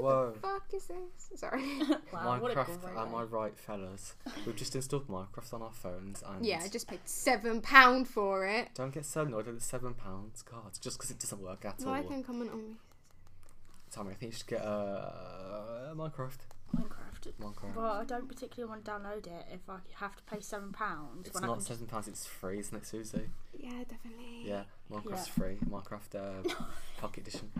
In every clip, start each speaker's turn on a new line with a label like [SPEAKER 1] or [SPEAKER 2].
[SPEAKER 1] Whoa.
[SPEAKER 2] fuck is this? Sorry.
[SPEAKER 3] Wow, what a
[SPEAKER 1] Minecraft,
[SPEAKER 3] great
[SPEAKER 1] am
[SPEAKER 3] way.
[SPEAKER 1] I right, fellas? We've just installed Minecraft on our phones and
[SPEAKER 2] yeah, I just paid seven pound for it.
[SPEAKER 1] don't get so annoyed that it's seven pounds. God, just because it doesn't work at
[SPEAKER 2] Why
[SPEAKER 1] all.
[SPEAKER 2] can comment on me?
[SPEAKER 1] Tommy, I think you should get uh, Minecraft.
[SPEAKER 3] Minecraft.
[SPEAKER 1] Minecraft.
[SPEAKER 3] Well, I don't particularly want to download it if I have to pay seven pounds.
[SPEAKER 1] it's not seven pounds. It's free, isn't it, Susie?
[SPEAKER 2] Yeah, definitely.
[SPEAKER 1] Yeah, Minecraft's
[SPEAKER 3] Yeah.
[SPEAKER 1] free. Minecraft uh, Pocket Edition.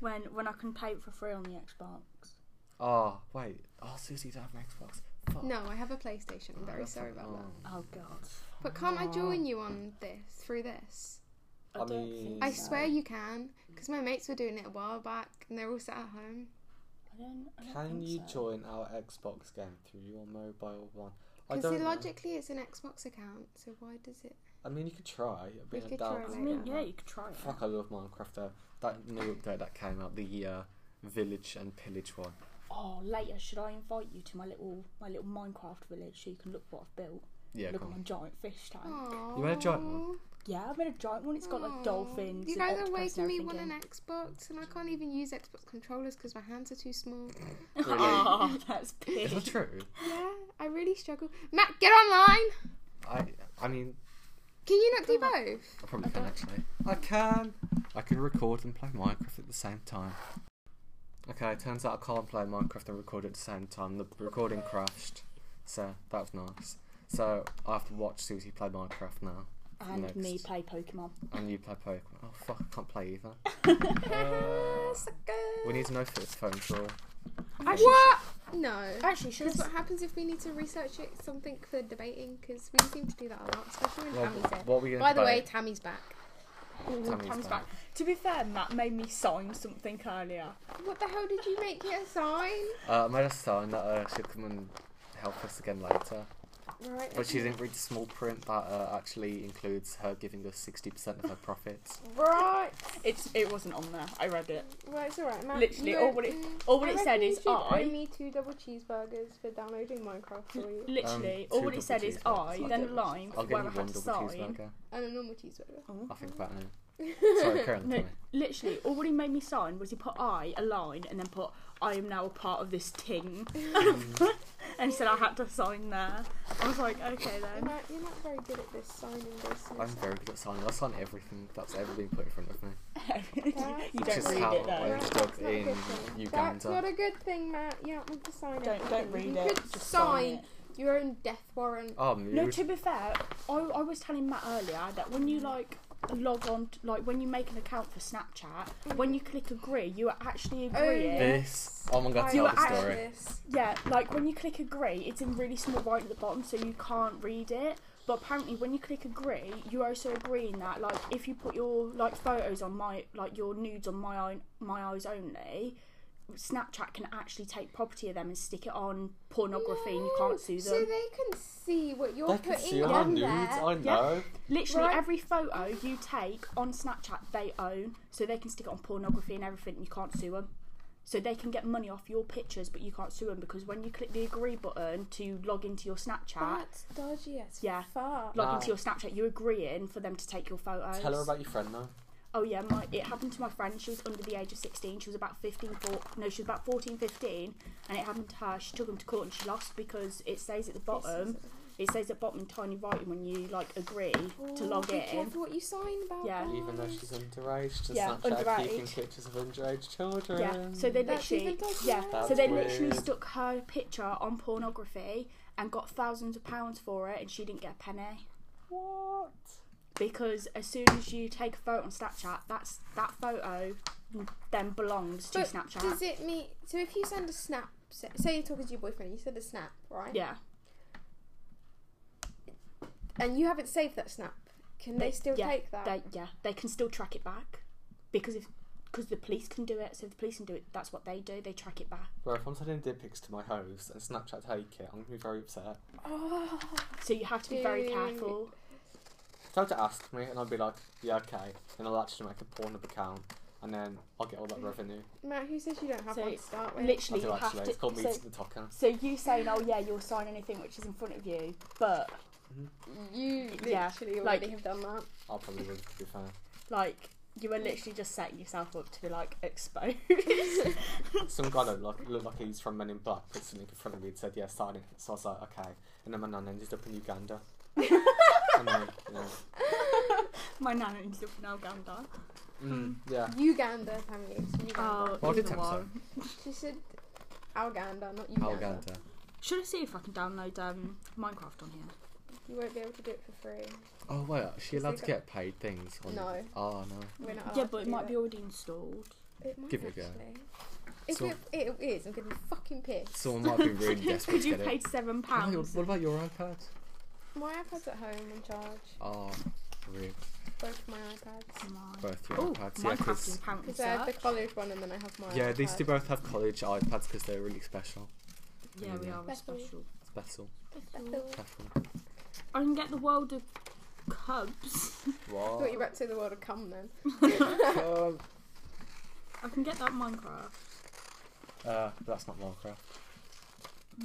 [SPEAKER 3] when when I can pay it for free on the Xbox.
[SPEAKER 1] Oh wait, oh Susie, you don't have an Xbox. Fuck.
[SPEAKER 2] No, I have a PlayStation. I'm very
[SPEAKER 1] That's
[SPEAKER 2] sorry
[SPEAKER 1] fine.
[SPEAKER 2] about that.
[SPEAKER 3] Oh God.
[SPEAKER 2] But can't I join you on this through this?
[SPEAKER 3] I,
[SPEAKER 1] I
[SPEAKER 3] don't
[SPEAKER 1] mean-
[SPEAKER 3] think
[SPEAKER 2] I
[SPEAKER 3] so.
[SPEAKER 2] swear you can, because my mates were doing it a while back, and they're all sat at home.
[SPEAKER 3] I don't, I don't
[SPEAKER 1] Can
[SPEAKER 3] think
[SPEAKER 1] you
[SPEAKER 3] so.
[SPEAKER 1] join our Xbox game through your mobile one? I
[SPEAKER 2] Because
[SPEAKER 1] don't. know.
[SPEAKER 2] logically, it's an Xbox account, so why does it?
[SPEAKER 1] I mean, you could try. a bit
[SPEAKER 2] We
[SPEAKER 1] of
[SPEAKER 2] could try
[SPEAKER 1] doubt.
[SPEAKER 3] I
[SPEAKER 2] later.
[SPEAKER 3] mean, yeah, you could try it.
[SPEAKER 1] Fuck, I love Minecraft. Though. That new update that came out, the uh, village and pillage one.
[SPEAKER 3] Oh, later, should I invite you to my little my little Minecraft village so you can look what I've built?
[SPEAKER 1] Yeah,
[SPEAKER 3] look
[SPEAKER 1] come
[SPEAKER 3] at my
[SPEAKER 1] on.
[SPEAKER 3] giant fish tank.
[SPEAKER 2] Aww.
[SPEAKER 1] You want a giant one?
[SPEAKER 3] Yeah, I've made a giant one. It's got like dolphins.
[SPEAKER 2] You
[SPEAKER 3] and
[SPEAKER 2] guys are
[SPEAKER 3] octopus
[SPEAKER 2] making
[SPEAKER 3] and
[SPEAKER 2] me
[SPEAKER 3] everything
[SPEAKER 2] want
[SPEAKER 3] in.
[SPEAKER 2] an Xbox, and I can't even use Xbox controllers because my hands are too small.
[SPEAKER 1] Really?
[SPEAKER 3] Oh, that's
[SPEAKER 1] Is
[SPEAKER 3] big.
[SPEAKER 1] that true?
[SPEAKER 2] yeah, I really struggle. Matt, get online.
[SPEAKER 1] I I mean,
[SPEAKER 2] Can you not do both?
[SPEAKER 1] I probably can actually. I can. I can record and play Minecraft at the same time. Okay, it turns out I can't play Minecraft and record at the same time. The recording crashed, so that was nice. So I have to watch Susie play Minecraft now,
[SPEAKER 3] And me
[SPEAKER 1] Next.
[SPEAKER 3] play Pokemon.
[SPEAKER 1] and you play Pokemon. Oh fuck, I can't play either.
[SPEAKER 2] Ah,
[SPEAKER 1] We
[SPEAKER 2] sucker.
[SPEAKER 1] need to know for this phone call.
[SPEAKER 2] What? No.
[SPEAKER 3] Actually, should
[SPEAKER 2] Because
[SPEAKER 3] I
[SPEAKER 2] what happens if we need to research it, something for debating? Because we seem to do that a lot, especially when
[SPEAKER 1] Well,
[SPEAKER 2] Tammy's in.
[SPEAKER 1] what are we gonna
[SPEAKER 2] By the way,
[SPEAKER 1] debate?
[SPEAKER 2] Tammy's back.
[SPEAKER 1] Tammy's
[SPEAKER 3] Tammy's
[SPEAKER 1] back.
[SPEAKER 3] back. To be fair, Matt made me sign something earlier.
[SPEAKER 2] What the hell did you make it a sign?
[SPEAKER 1] Uh, I made a sign that uh, she'd come and help us again later,
[SPEAKER 2] Right.
[SPEAKER 1] but she didn't read the small print that uh, actually includes her giving us sixty percent of her profits.
[SPEAKER 2] Right.
[SPEAKER 3] It's it wasn't on there. I read it.
[SPEAKER 2] Well, it's alright, Matt.
[SPEAKER 3] Literally,
[SPEAKER 2] You
[SPEAKER 3] all
[SPEAKER 2] owe-
[SPEAKER 3] what it-
[SPEAKER 2] mm,
[SPEAKER 3] all what it said
[SPEAKER 2] reckon you
[SPEAKER 3] is
[SPEAKER 2] should owe
[SPEAKER 3] I-
[SPEAKER 2] me two double cheeseburgers for downloading Minecraft for you.
[SPEAKER 3] Literally,
[SPEAKER 1] Um,
[SPEAKER 3] all what
[SPEAKER 1] two double
[SPEAKER 3] it said is I,
[SPEAKER 1] cheeseburgers.
[SPEAKER 3] then a line
[SPEAKER 1] I'll
[SPEAKER 3] for
[SPEAKER 1] get
[SPEAKER 3] where
[SPEAKER 1] you
[SPEAKER 3] I
[SPEAKER 1] one
[SPEAKER 3] had to
[SPEAKER 1] double
[SPEAKER 3] sign.
[SPEAKER 1] cheeseburger.
[SPEAKER 2] And a normal cheeseburger.
[SPEAKER 1] I think about it. Sorry, Karen.
[SPEAKER 3] No,
[SPEAKER 1] Tommy.
[SPEAKER 3] literally, all what he made me sign was he put I, a line, and then put I am now a part of this ting. and he said I had to sign there. I was like, okay
[SPEAKER 2] You're
[SPEAKER 3] then.
[SPEAKER 2] not, you're not very good at this signing
[SPEAKER 1] I'm
[SPEAKER 2] business.
[SPEAKER 1] very good at signing. I sign everything that's ever been put in front of me,
[SPEAKER 3] you
[SPEAKER 1] which
[SPEAKER 3] don't
[SPEAKER 1] is
[SPEAKER 3] read
[SPEAKER 1] how
[SPEAKER 3] it
[SPEAKER 1] I
[SPEAKER 3] though.
[SPEAKER 2] Right,
[SPEAKER 1] was dug
[SPEAKER 2] that's not a
[SPEAKER 1] in
[SPEAKER 2] good thing. That's
[SPEAKER 1] Uganda.
[SPEAKER 2] not a good thing, Matt. You don't want to sign
[SPEAKER 3] Don't don't
[SPEAKER 2] everything.
[SPEAKER 3] read
[SPEAKER 2] you
[SPEAKER 3] it.
[SPEAKER 2] could
[SPEAKER 3] just
[SPEAKER 2] sign
[SPEAKER 3] it.
[SPEAKER 2] your own death warrant.
[SPEAKER 1] Oh, mood.
[SPEAKER 3] No, to be fair, I, I was telling Matt earlier that when you like log on, t- like when you make an account for Snapchat, when you click agree, you are actually agreeing.
[SPEAKER 1] this. Oh my god,
[SPEAKER 2] Oh, I
[SPEAKER 1] tell
[SPEAKER 3] were
[SPEAKER 1] the
[SPEAKER 2] hate
[SPEAKER 3] actually-
[SPEAKER 1] story.
[SPEAKER 2] this.
[SPEAKER 3] Yeah, like when you click agree, it's in really small right at the bottom, so you can't read it. But apparently, when you click agree, you're also agreeing that, like, if you put your like photos on my like your nudes on my own, my eyes only, Snapchat can actually take property of them and stick it on pornography, and you can't sue
[SPEAKER 2] So
[SPEAKER 3] them.
[SPEAKER 2] they can see what you're
[SPEAKER 1] They can
[SPEAKER 2] putting
[SPEAKER 1] see all my
[SPEAKER 2] on
[SPEAKER 1] nudes.
[SPEAKER 2] there.
[SPEAKER 1] I
[SPEAKER 3] Yeah.
[SPEAKER 1] know.
[SPEAKER 3] Literally,
[SPEAKER 2] Right.
[SPEAKER 3] every photo you take on Snapchat, they own, so they can stick it on pornography and everything, and you can't sue them. So they can get money off your pictures, but you can't sue them because when you click the agree button to log into your Snapchat.
[SPEAKER 2] That's dodgy as
[SPEAKER 3] Yeah.
[SPEAKER 2] fuck.
[SPEAKER 3] log
[SPEAKER 1] Nah.
[SPEAKER 3] into your Snapchat, you're agreeing for them to take your photos.
[SPEAKER 1] Tell her about your friend now.
[SPEAKER 3] Oh yeah, my, it happened to my friend. She was under the age of 16. She was about 15, four, no, she was about 14, 15, and it happened to her. She took them to court and she lost because it says at the bottom, it says at bottom in tiny writing when you like agree to
[SPEAKER 2] Oh,
[SPEAKER 3] log
[SPEAKER 2] be
[SPEAKER 3] in.
[SPEAKER 2] careful what you sign about.
[SPEAKER 3] Yeah.
[SPEAKER 1] Even though
[SPEAKER 2] guys.
[SPEAKER 1] she's underage, does
[SPEAKER 3] Yeah,
[SPEAKER 1] Snapchat keeping
[SPEAKER 3] underage.
[SPEAKER 1] pictures of underage children?
[SPEAKER 3] Yeah, so they
[SPEAKER 2] That's
[SPEAKER 3] literally,
[SPEAKER 2] even dodgy.
[SPEAKER 3] yeah,
[SPEAKER 1] That's
[SPEAKER 3] so they literally
[SPEAKER 1] weird.
[SPEAKER 3] stuck her picture on pornography and got thousands of pounds for it, and she didn't get a penny.
[SPEAKER 1] What?
[SPEAKER 3] because as soon as you take a photo on Snapchat, that's that photo then belongs to
[SPEAKER 2] But
[SPEAKER 3] Snapchat.
[SPEAKER 2] Does it mean so if you send a snap say, say you're talking to your boyfriend, you send a snap, right?
[SPEAKER 3] yeah,
[SPEAKER 2] And you haven't saved that snap, can they, still
[SPEAKER 3] yeah,
[SPEAKER 2] take that?
[SPEAKER 3] They, yeah, they can still track it back because if because the police can do it. So if the police can do it. That's what they do. They track it back.
[SPEAKER 1] Well, if I'm sending dick pics to my host and Snapchat take it, I'm gonna be very upset.
[SPEAKER 2] oh
[SPEAKER 3] So you have to be very
[SPEAKER 2] Dude.
[SPEAKER 3] careful.
[SPEAKER 1] They'll to ask me, and I'll be like, yeah, okay. And I'll actually make a Pornhub account, and then I'll get all that revenue.
[SPEAKER 2] Matt, who says you don't have
[SPEAKER 3] So,
[SPEAKER 2] one to start with?
[SPEAKER 1] I
[SPEAKER 3] Literally,
[SPEAKER 1] do
[SPEAKER 3] Mm. you
[SPEAKER 1] actually.
[SPEAKER 3] have
[SPEAKER 1] It's called
[SPEAKER 3] to.
[SPEAKER 1] me
[SPEAKER 3] So,
[SPEAKER 1] to the Tocker.
[SPEAKER 3] so you saying, "Oh yeah, you'll sign anything which is in front of you," but
[SPEAKER 2] You literally
[SPEAKER 3] Yeah,
[SPEAKER 2] already
[SPEAKER 3] like-
[SPEAKER 2] have done that.
[SPEAKER 1] Mm-hmm. I'll probably win, to be fair.
[SPEAKER 3] Like you were literally just setting yourself up to be like exposed.
[SPEAKER 1] Some guy looked like, looked like he's from Men in Black, put something in front of me and said, yeah, sign it. So I was like, okay. And then my nan ended up in Uganda. and then, yeah.
[SPEAKER 3] My nana ended up in Uganda.
[SPEAKER 2] Oh,
[SPEAKER 1] Mm, yeah.
[SPEAKER 2] Uganda, family. It's Uganda.
[SPEAKER 3] Oh,
[SPEAKER 1] Well, I did
[SPEAKER 3] either
[SPEAKER 1] tempt
[SPEAKER 3] one.
[SPEAKER 2] She said Alganda, not Uganda.
[SPEAKER 1] Uganda.
[SPEAKER 3] Should I see if I can download um, Minecraft on here?
[SPEAKER 2] You won't be able to do it for free.
[SPEAKER 1] Oh, wait, is she
[SPEAKER 2] Is
[SPEAKER 1] allowed
[SPEAKER 2] they
[SPEAKER 1] to
[SPEAKER 2] got-
[SPEAKER 1] get paid things? on-
[SPEAKER 2] No.
[SPEAKER 1] Oh, no.
[SPEAKER 2] We're not
[SPEAKER 3] yeah,
[SPEAKER 2] allowed
[SPEAKER 3] but
[SPEAKER 2] to
[SPEAKER 3] it
[SPEAKER 2] do
[SPEAKER 3] might
[SPEAKER 2] that.
[SPEAKER 3] be already installed.
[SPEAKER 2] It might
[SPEAKER 1] Give it a
[SPEAKER 2] actually.
[SPEAKER 1] go.
[SPEAKER 2] If
[SPEAKER 1] So-
[SPEAKER 2] it, it is, I'm gonna be fucking pissed.
[SPEAKER 1] Someone might be really desperate
[SPEAKER 3] Could
[SPEAKER 1] to
[SPEAKER 3] you
[SPEAKER 1] get
[SPEAKER 3] paid
[SPEAKER 1] it.
[SPEAKER 3] seven
[SPEAKER 1] Oh, your-
[SPEAKER 3] pounds?
[SPEAKER 1] what about your iPad?
[SPEAKER 2] My iPad's at home on charge.
[SPEAKER 1] Oh, really?
[SPEAKER 2] Both my iPads.
[SPEAKER 1] Both your
[SPEAKER 3] Oh,
[SPEAKER 1] iPads. Yeah,
[SPEAKER 3] Minecraft is
[SPEAKER 1] 'cause-
[SPEAKER 3] apparently
[SPEAKER 2] Because I have the
[SPEAKER 3] searched.
[SPEAKER 2] college one and then I have my
[SPEAKER 1] yeah,
[SPEAKER 2] iPad.
[SPEAKER 1] these two both have college iPads because they're really special.
[SPEAKER 3] Yeah, we
[SPEAKER 1] Yeah.
[SPEAKER 3] are a
[SPEAKER 2] Bethel.
[SPEAKER 3] special.
[SPEAKER 1] Special.
[SPEAKER 2] Bethel.
[SPEAKER 1] Special.
[SPEAKER 3] I can get the world of cubs.
[SPEAKER 2] I thought you
[SPEAKER 1] What?
[SPEAKER 2] were about to say the world would come then.
[SPEAKER 1] Um,
[SPEAKER 3] I can get that Minecraft
[SPEAKER 1] uh, that's not Minecraft.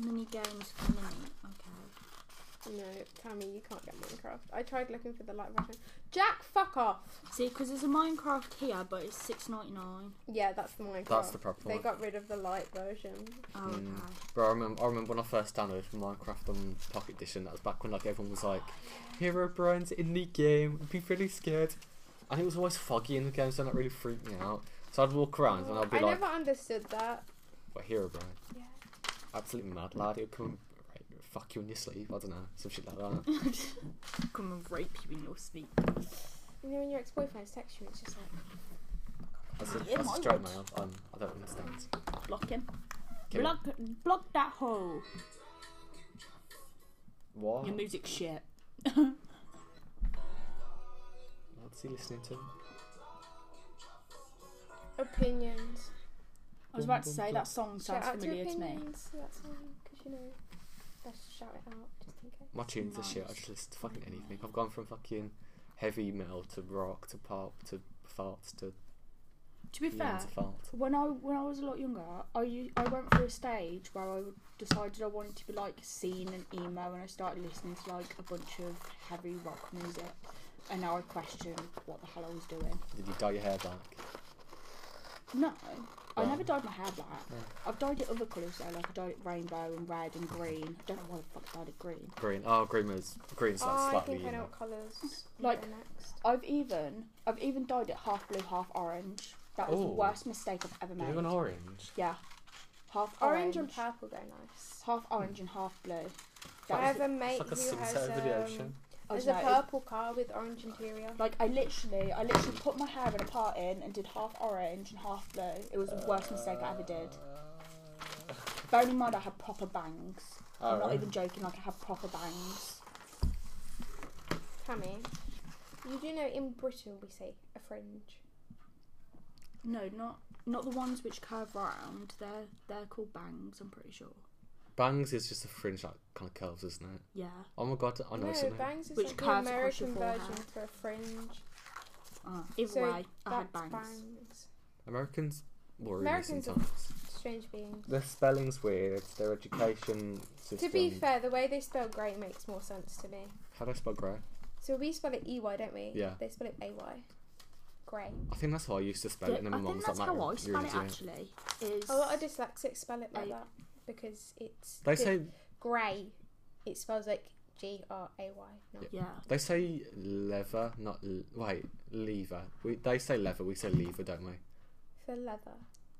[SPEAKER 3] mini games for mini. Okay.
[SPEAKER 2] No, Tammy, you can't get Minecraft. I tried looking for the light version. Jack, fuck off!
[SPEAKER 3] See, because there's a Minecraft here, but it's six ninety nine.
[SPEAKER 2] Yeah, that's the Minecraft.
[SPEAKER 1] That's the proper
[SPEAKER 2] They
[SPEAKER 1] one.
[SPEAKER 2] got rid of the light version.
[SPEAKER 3] Oh,
[SPEAKER 1] Mm.
[SPEAKER 3] okay.
[SPEAKER 1] But I remember, I remember when I first downloaded Minecraft on Pocket Edition. That was back when like everyone was like, "Hero Brian's in the game." I'd be really scared, and it was always foggy in the game, so that really freaked me out. So I'd walk around and I'd be
[SPEAKER 2] I
[SPEAKER 1] like,
[SPEAKER 2] never understood that.
[SPEAKER 1] "What Hero Brian?
[SPEAKER 2] Yeah.
[SPEAKER 1] Absolutely mad lad. He'll come and right, fuck you in your sleep. I don't know, some shit like that."
[SPEAKER 3] Come and rape you in your sleep.
[SPEAKER 2] You know, when your ex boyfriend texts you, it's just like,
[SPEAKER 1] That's a,
[SPEAKER 3] Yeah,
[SPEAKER 1] that's a
[SPEAKER 3] my
[SPEAKER 1] straight
[SPEAKER 3] word.
[SPEAKER 1] male. Um, I don't understand.
[SPEAKER 3] Block him.
[SPEAKER 1] Kill
[SPEAKER 3] Block, block that hole.
[SPEAKER 1] What?
[SPEAKER 3] Your music shit.
[SPEAKER 1] What's he listening to?
[SPEAKER 2] opinions.
[SPEAKER 3] I was about to say that song
[SPEAKER 2] Shout
[SPEAKER 3] sounds
[SPEAKER 2] out to
[SPEAKER 3] familiar to me.
[SPEAKER 2] opinions. To that's because you know, best shout it out just in case.
[SPEAKER 1] My tunes are shit. I just listen to fucking anything. I've gone from fucking heavy metal to rock to pop to farts to
[SPEAKER 3] To be
[SPEAKER 1] yeah,
[SPEAKER 3] fair,
[SPEAKER 1] to fart.
[SPEAKER 3] when I when I was a lot younger, I u- I went through a stage where I decided I wanted to be like seen and emo, and I started listening to like a bunch of heavy rock music, and now I question what the hell I was doing.
[SPEAKER 1] Did you dye your hair back?
[SPEAKER 3] No, I
[SPEAKER 1] Wow.
[SPEAKER 3] never dyed my hair black.
[SPEAKER 1] Yeah.
[SPEAKER 3] I've dyed it other colours though, like I dyed it rainbow and red and green. I don't know why the fuck I dyed it green.
[SPEAKER 1] Green. Oh, green was green's like
[SPEAKER 2] Oh, I
[SPEAKER 1] slightly.
[SPEAKER 2] think I
[SPEAKER 1] You
[SPEAKER 2] know
[SPEAKER 1] know.
[SPEAKER 2] what colours.
[SPEAKER 3] Like-
[SPEAKER 2] Like next.
[SPEAKER 3] I've even I've even dyed it half blue, half orange. That was the
[SPEAKER 1] Ooh.
[SPEAKER 3] worst mistake I've ever made.
[SPEAKER 1] Blue and orange.
[SPEAKER 3] Yeah, half
[SPEAKER 2] Orange
[SPEAKER 3] orange,
[SPEAKER 2] and purple go nice.
[SPEAKER 3] half orange and half blue.
[SPEAKER 2] I
[SPEAKER 3] That
[SPEAKER 2] have
[SPEAKER 3] was,
[SPEAKER 2] a mate
[SPEAKER 1] It's like a
[SPEAKER 2] who has
[SPEAKER 1] sunset over the
[SPEAKER 2] um,
[SPEAKER 1] ocean.
[SPEAKER 3] I
[SPEAKER 2] there's
[SPEAKER 3] was
[SPEAKER 2] a
[SPEAKER 3] like-
[SPEAKER 2] purple car with orange interior.
[SPEAKER 3] Like I literally, I literally put my hair in a part in and did half orange and half blue. It was the worst mistake I ever did. Bearing in mind I had proper bangs. I'm not
[SPEAKER 1] Oh.
[SPEAKER 3] even joking. Like I had proper bangs.
[SPEAKER 2] Tammy, you do know in Britain we say a fringe.
[SPEAKER 3] No, not not the ones which curve round. They're they're called bangs. I'm pretty sure.
[SPEAKER 1] Bangs is just a fringe that kind of curves, isn't it?
[SPEAKER 3] Yeah.
[SPEAKER 1] Oh my god, I know
[SPEAKER 2] no,
[SPEAKER 1] something.
[SPEAKER 2] bangs is
[SPEAKER 3] Which
[SPEAKER 2] like the
[SPEAKER 3] curves across your
[SPEAKER 2] American
[SPEAKER 3] forehead.
[SPEAKER 2] version for a fringe.
[SPEAKER 3] Uh, either
[SPEAKER 2] So
[SPEAKER 3] way, I
[SPEAKER 2] that's
[SPEAKER 3] had bangs.
[SPEAKER 2] bangs.
[SPEAKER 1] Americans worry me
[SPEAKER 2] Americans are-
[SPEAKER 1] sometimes.
[SPEAKER 2] Strange beings.
[SPEAKER 1] Their spelling's weird. It's their education system.
[SPEAKER 2] To be fair, the way they spell grey makes more sense to me.
[SPEAKER 1] how do I spell grey?
[SPEAKER 2] So we spell it EY, don't we?
[SPEAKER 1] Yeah.
[SPEAKER 2] They spell it AY. Grey.
[SPEAKER 1] I think that's how I used to spell
[SPEAKER 3] Yeah,
[SPEAKER 1] it, and then
[SPEAKER 3] I
[SPEAKER 1] my
[SPEAKER 3] think
[SPEAKER 1] mum's
[SPEAKER 3] that's
[SPEAKER 1] like,
[SPEAKER 3] how I
[SPEAKER 1] "Mate, you're
[SPEAKER 3] spell it
[SPEAKER 1] an idiot."
[SPEAKER 3] actually. Is
[SPEAKER 2] A lot of dyslexics spell it like
[SPEAKER 3] A-
[SPEAKER 2] that because it's
[SPEAKER 1] They say
[SPEAKER 2] grey. It spells like G R A Y. Not
[SPEAKER 3] yeah.
[SPEAKER 1] They say lever, not l- wait lever. We they say lever, we say lever, don't we?
[SPEAKER 2] for leather.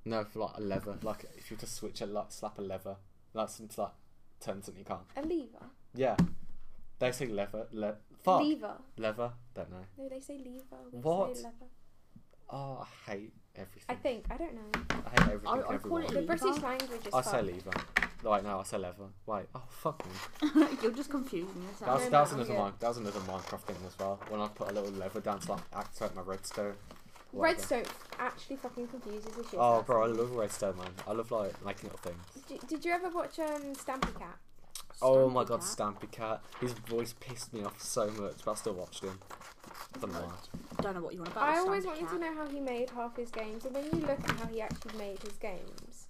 [SPEAKER 1] No, for like a lever, like if you just switch a like slap a lever, like something to, like turn something you can't.
[SPEAKER 2] A lever.
[SPEAKER 1] Yeah, they say lever, le fuck
[SPEAKER 2] Lever.
[SPEAKER 1] lever. Don't know.
[SPEAKER 2] No, they say lever. We
[SPEAKER 1] What?
[SPEAKER 2] Say leather.
[SPEAKER 1] Oh, I hate everything.
[SPEAKER 2] I think I don't know.
[SPEAKER 1] I hate everything.
[SPEAKER 3] I- I call
[SPEAKER 1] everyone.
[SPEAKER 3] it
[SPEAKER 2] The
[SPEAKER 3] Lever?
[SPEAKER 2] British language is.
[SPEAKER 1] I
[SPEAKER 2] fucked.
[SPEAKER 1] say lever. No, Wait, no, I say lever. Wait, oh fuck me.
[SPEAKER 3] You're just confusing
[SPEAKER 1] That
[SPEAKER 3] yourself.
[SPEAKER 1] was,
[SPEAKER 2] No,
[SPEAKER 1] that was
[SPEAKER 2] no, I'm
[SPEAKER 1] another
[SPEAKER 2] good.
[SPEAKER 1] mine. That was another Minecraft thing as well. When I put a little lever down to like activate my redstone. whatever.
[SPEAKER 2] Redstone actually fucking confuses the shit. out
[SPEAKER 1] Oh,
[SPEAKER 2] of
[SPEAKER 1] bro, I
[SPEAKER 2] me.
[SPEAKER 1] love redstone, man. I love like making little things.
[SPEAKER 2] Did you, did you ever watch um Stampy Cat?
[SPEAKER 1] Oh my
[SPEAKER 3] Stampy
[SPEAKER 1] god,
[SPEAKER 3] Cat.
[SPEAKER 1] Stampy Cat. His voice pissed me off so much, but I still watched him. I don't know why.
[SPEAKER 3] don't know what you want about.
[SPEAKER 2] I
[SPEAKER 3] this
[SPEAKER 2] always
[SPEAKER 3] Stampy
[SPEAKER 2] wanted
[SPEAKER 3] Cat.
[SPEAKER 2] to know how he made half his games, and then you look at how he actually made his games,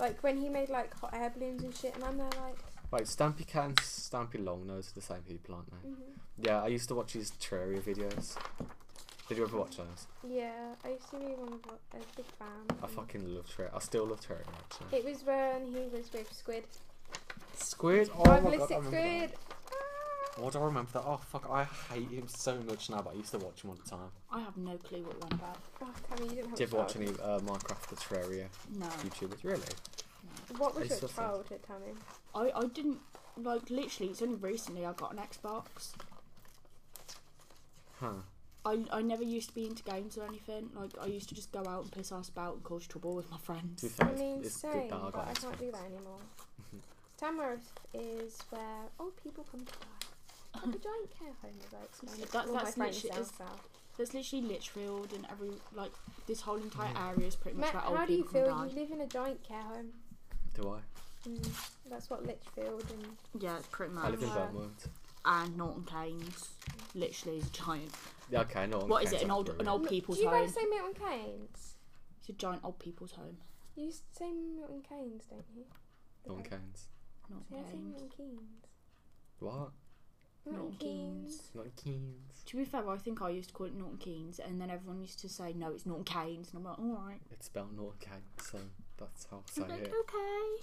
[SPEAKER 2] like when he made like hot air balloons and shit, and I'm there like,
[SPEAKER 1] Wait, Stampy Cat and Stampy Longnose are the same people, aren't they?
[SPEAKER 2] hmm
[SPEAKER 1] Yeah, I used to watch his Terraria videos. Did you ever watch those?
[SPEAKER 2] Yeah, I used to be one of the- a big fan.
[SPEAKER 1] I fucking love Terraria. I still love Terraria, actually.
[SPEAKER 2] It was when he was with Squid.
[SPEAKER 1] Squid? Oh my god, I
[SPEAKER 2] Probabilistic
[SPEAKER 1] remember that.
[SPEAKER 2] Squid. Ah!
[SPEAKER 1] Why do I remember that? Oh fuck, I hate him so much now, but I used to watch him all the time.
[SPEAKER 3] I have no clue what one about.
[SPEAKER 2] Oh, Tammy, you didn't have
[SPEAKER 1] Did you
[SPEAKER 2] a
[SPEAKER 1] ever watch any
[SPEAKER 2] childhood.
[SPEAKER 1] uh, Minecraft the Terraria
[SPEAKER 3] No,
[SPEAKER 1] YouTubers? Really?
[SPEAKER 2] What
[SPEAKER 1] I
[SPEAKER 2] was
[SPEAKER 1] still
[SPEAKER 2] your
[SPEAKER 1] think-
[SPEAKER 2] childhood, Tammy?
[SPEAKER 3] I, I didn't like literally. It's only recently I got an Xbox.
[SPEAKER 1] Huh.
[SPEAKER 3] I, I never used to be into games or anything. Like I used to just go out and piss ass about and cause trouble with my
[SPEAKER 1] To be
[SPEAKER 3] friends.
[SPEAKER 1] fair,
[SPEAKER 2] I mean,
[SPEAKER 1] it's, it's
[SPEAKER 2] same,
[SPEAKER 1] good that I
[SPEAKER 2] but
[SPEAKER 1] got
[SPEAKER 2] I
[SPEAKER 1] Xbox.
[SPEAKER 2] can't do that anymore. Tamworth is where old people come to die. Like a giant care home is like.
[SPEAKER 3] That-
[SPEAKER 2] All my
[SPEAKER 3] that's
[SPEAKER 2] friends
[SPEAKER 3] literally-
[SPEAKER 2] down
[SPEAKER 3] is-
[SPEAKER 2] south.
[SPEAKER 3] There's literally Litchfield and every like this whole entire
[SPEAKER 1] Mm.
[SPEAKER 3] area is pretty much
[SPEAKER 2] Matt,
[SPEAKER 3] where old
[SPEAKER 2] how do you
[SPEAKER 3] people
[SPEAKER 2] feel?
[SPEAKER 3] can
[SPEAKER 2] You
[SPEAKER 3] die.
[SPEAKER 2] live in a giant care home.
[SPEAKER 1] Do I?
[SPEAKER 2] Mm, that's what Litchfield and
[SPEAKER 3] Yeah, it's pretty
[SPEAKER 1] I
[SPEAKER 3] much.
[SPEAKER 1] live in
[SPEAKER 2] uh,
[SPEAKER 1] Vermont.
[SPEAKER 3] And Norton Keynes, literally is a giant.
[SPEAKER 1] Yeah, okay, no.
[SPEAKER 3] What is it, an old- an old-
[SPEAKER 2] M-
[SPEAKER 3] people's
[SPEAKER 2] Do you guys say
[SPEAKER 3] home.
[SPEAKER 2] Milton Keynes?
[SPEAKER 3] It's a giant old people's home.
[SPEAKER 2] You used to say Milton Keynes, don't you? The
[SPEAKER 1] Don
[SPEAKER 2] home.
[SPEAKER 1] Keynes.
[SPEAKER 2] Yeah,
[SPEAKER 3] Norton
[SPEAKER 2] I say
[SPEAKER 3] Keynes.
[SPEAKER 2] Milton Keynes.
[SPEAKER 1] What?
[SPEAKER 2] Milton Keynes.
[SPEAKER 1] Not Keynes.
[SPEAKER 3] To be fair, I think I used to call it Norton Keynes, and then everyone used to say, "No, it's Norton Keynes," and I'm like, "All right."
[SPEAKER 1] It's spelled not Keynes, so that's how I
[SPEAKER 3] I'm
[SPEAKER 1] say
[SPEAKER 3] like,
[SPEAKER 1] it.
[SPEAKER 3] "Okay."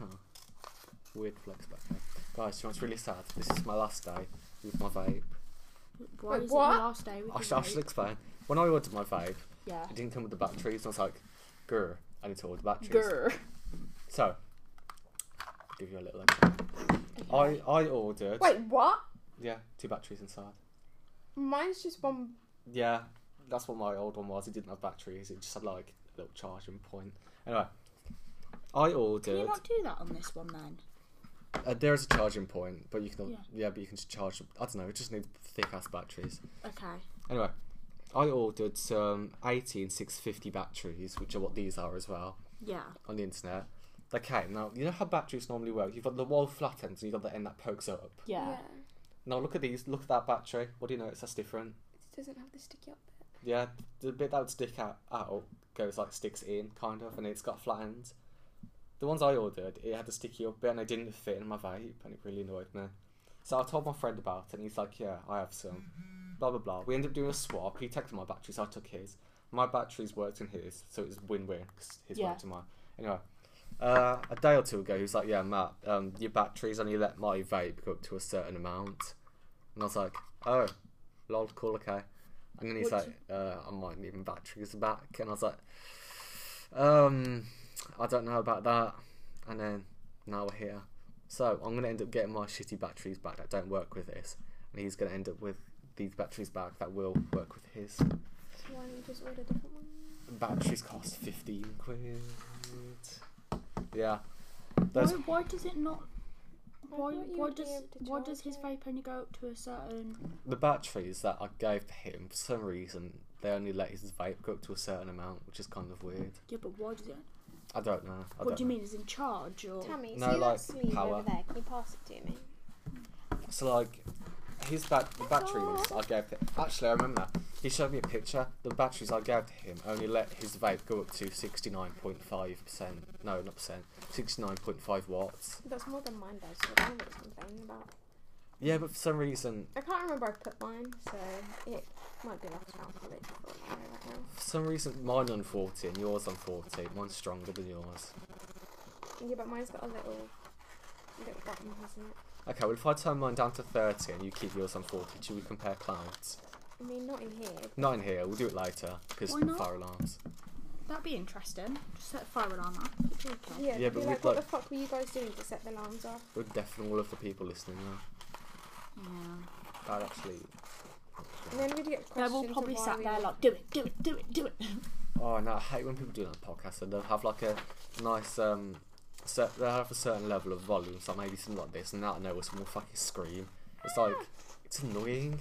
[SPEAKER 1] Huh. Weird flex back there. Guys, you know what's really sad? This is my last day with my vape.
[SPEAKER 3] Why
[SPEAKER 2] Wait,
[SPEAKER 3] is it
[SPEAKER 2] what?
[SPEAKER 3] the last day? With
[SPEAKER 1] I
[SPEAKER 3] the
[SPEAKER 1] should, I
[SPEAKER 3] vape?
[SPEAKER 1] should explain. When I ordered my vape,
[SPEAKER 3] Yeah.
[SPEAKER 1] it didn't come with the batteries, and I was like, grr, I need to order batteries.
[SPEAKER 3] Grr.
[SPEAKER 1] So, give you a little example. I, I ordered.
[SPEAKER 2] Wait, what?
[SPEAKER 1] Yeah, two batteries inside.
[SPEAKER 2] Mine's just one.
[SPEAKER 1] Yeah, that's what my old one was. It didn't have batteries, it just had like a little charging point. Anyway, I
[SPEAKER 3] Can you
[SPEAKER 1] ordered.
[SPEAKER 3] not do that on this one then?
[SPEAKER 1] Uh, there is a charging point, but you can. al-
[SPEAKER 3] Yeah.
[SPEAKER 1] yeah, but you can just charge. I don't know, it just needs thick ass batteries.
[SPEAKER 3] Okay.
[SPEAKER 1] Anyway, I ordered some 18 650 batteries, which are what these are as well,
[SPEAKER 3] Yeah.
[SPEAKER 1] on the internet. They came. Now, you know how batteries normally work? You've got the wall flat ends and you've got the end that pokes up.
[SPEAKER 3] Yeah.
[SPEAKER 1] Now, look at these. Look at that battery. What do you know? It's that's different.
[SPEAKER 2] It doesn't have the sticky up bit.
[SPEAKER 1] Yeah, the bit that would stick out, out oh, goes like sticks in, kind of, and it's got flat ends. The ones I ordered, it had a sticky up bit and it didn't fit in my vape, and it really annoyed me. So I told my friend about it, and he's like, Yeah, I have some. Blah, blah, blah. We ended up doing a swap. He texted my battery, so I took his. My batteries worked in his, so it was win win, because his
[SPEAKER 3] Yeah.
[SPEAKER 1] worked in mine. Anyway, uh, a day or two ago, he was like, Yeah, Matt, um, your batteries only let my vape go up to a certain amount. And I was like, Oh, lol, cool, okay. And then he's
[SPEAKER 3] What
[SPEAKER 1] like, uh, I might need my batteries back. And I was like, um, I don't know about that. And then now we're here. So I'm going to end up getting my shitty batteries back that don't work with this. And he's going to end up with these batteries back that will work with his.
[SPEAKER 2] So why don't you just order a different one?
[SPEAKER 1] Batteries cost 15 quid. Yeah.
[SPEAKER 3] Why,
[SPEAKER 1] Those,
[SPEAKER 3] why does it not?
[SPEAKER 2] I
[SPEAKER 3] Why,
[SPEAKER 2] thought you
[SPEAKER 3] why
[SPEAKER 2] would be
[SPEAKER 3] does
[SPEAKER 2] able to
[SPEAKER 3] why
[SPEAKER 2] charge
[SPEAKER 3] does his
[SPEAKER 2] it.
[SPEAKER 3] vape only go up to a certain?
[SPEAKER 1] the batteries that I gave to him, for some reason, they only let his vape go up to a certain amount, which is kind of weird.
[SPEAKER 3] Yeah, but why does it?
[SPEAKER 1] I don't know. I
[SPEAKER 3] what
[SPEAKER 1] don't
[SPEAKER 3] do you
[SPEAKER 1] know.
[SPEAKER 3] mean? Is in charge or?
[SPEAKER 2] Tammy,
[SPEAKER 1] No,
[SPEAKER 2] see
[SPEAKER 1] like,
[SPEAKER 2] that sleeve
[SPEAKER 1] power.
[SPEAKER 2] over there? Can you pass it to me?
[SPEAKER 1] So like, his bat the batteries I gave him. Actually, I remember that he showed me a picture. The batteries I gave to him only let his vape go up to sixty nine point five percent. No, not percent. Sixty nine point five watts.
[SPEAKER 2] That's more than mine does. So I don't know what it's complaining about.
[SPEAKER 1] Yeah, but for some reason,
[SPEAKER 2] I can't remember I put mine, so it might be like a calculator for all I know right now.
[SPEAKER 1] for some reason, mine on forty and yours on forty. Mine's stronger than yours.
[SPEAKER 2] Yeah, but mine's got a little, little button, hasn't it?
[SPEAKER 1] Okay, well if I turn mine down to thirty and you keep yours on forty, should we compare clouds?
[SPEAKER 2] I mean, not in here.
[SPEAKER 1] Not in here. We'll do it later because
[SPEAKER 3] Why not?
[SPEAKER 1] fire alarms.
[SPEAKER 3] That'd be interesting. Just set the fire alarm up.
[SPEAKER 2] Yeah,
[SPEAKER 1] Yeah,
[SPEAKER 2] but be
[SPEAKER 1] but
[SPEAKER 2] like,
[SPEAKER 1] we'd
[SPEAKER 2] what
[SPEAKER 1] like-
[SPEAKER 2] the fuck were you guys doing to set the alarms off?
[SPEAKER 1] We're deafening all of the people listening now.
[SPEAKER 3] Yeah.
[SPEAKER 1] That actually.
[SPEAKER 2] And then we'd get
[SPEAKER 3] They're
[SPEAKER 2] questions.
[SPEAKER 3] all
[SPEAKER 2] of
[SPEAKER 3] probably
[SPEAKER 2] why
[SPEAKER 3] sat
[SPEAKER 2] we
[SPEAKER 3] there
[SPEAKER 2] were-
[SPEAKER 3] like, do it, do it, do it, do it.
[SPEAKER 1] Oh no, I hate when people do that on podcasts. So they'll have like a nice um, cer they'll have a certain level of volume, so maybe something like this, and out of nowhere someone will fucking scream. It's like it's annoying.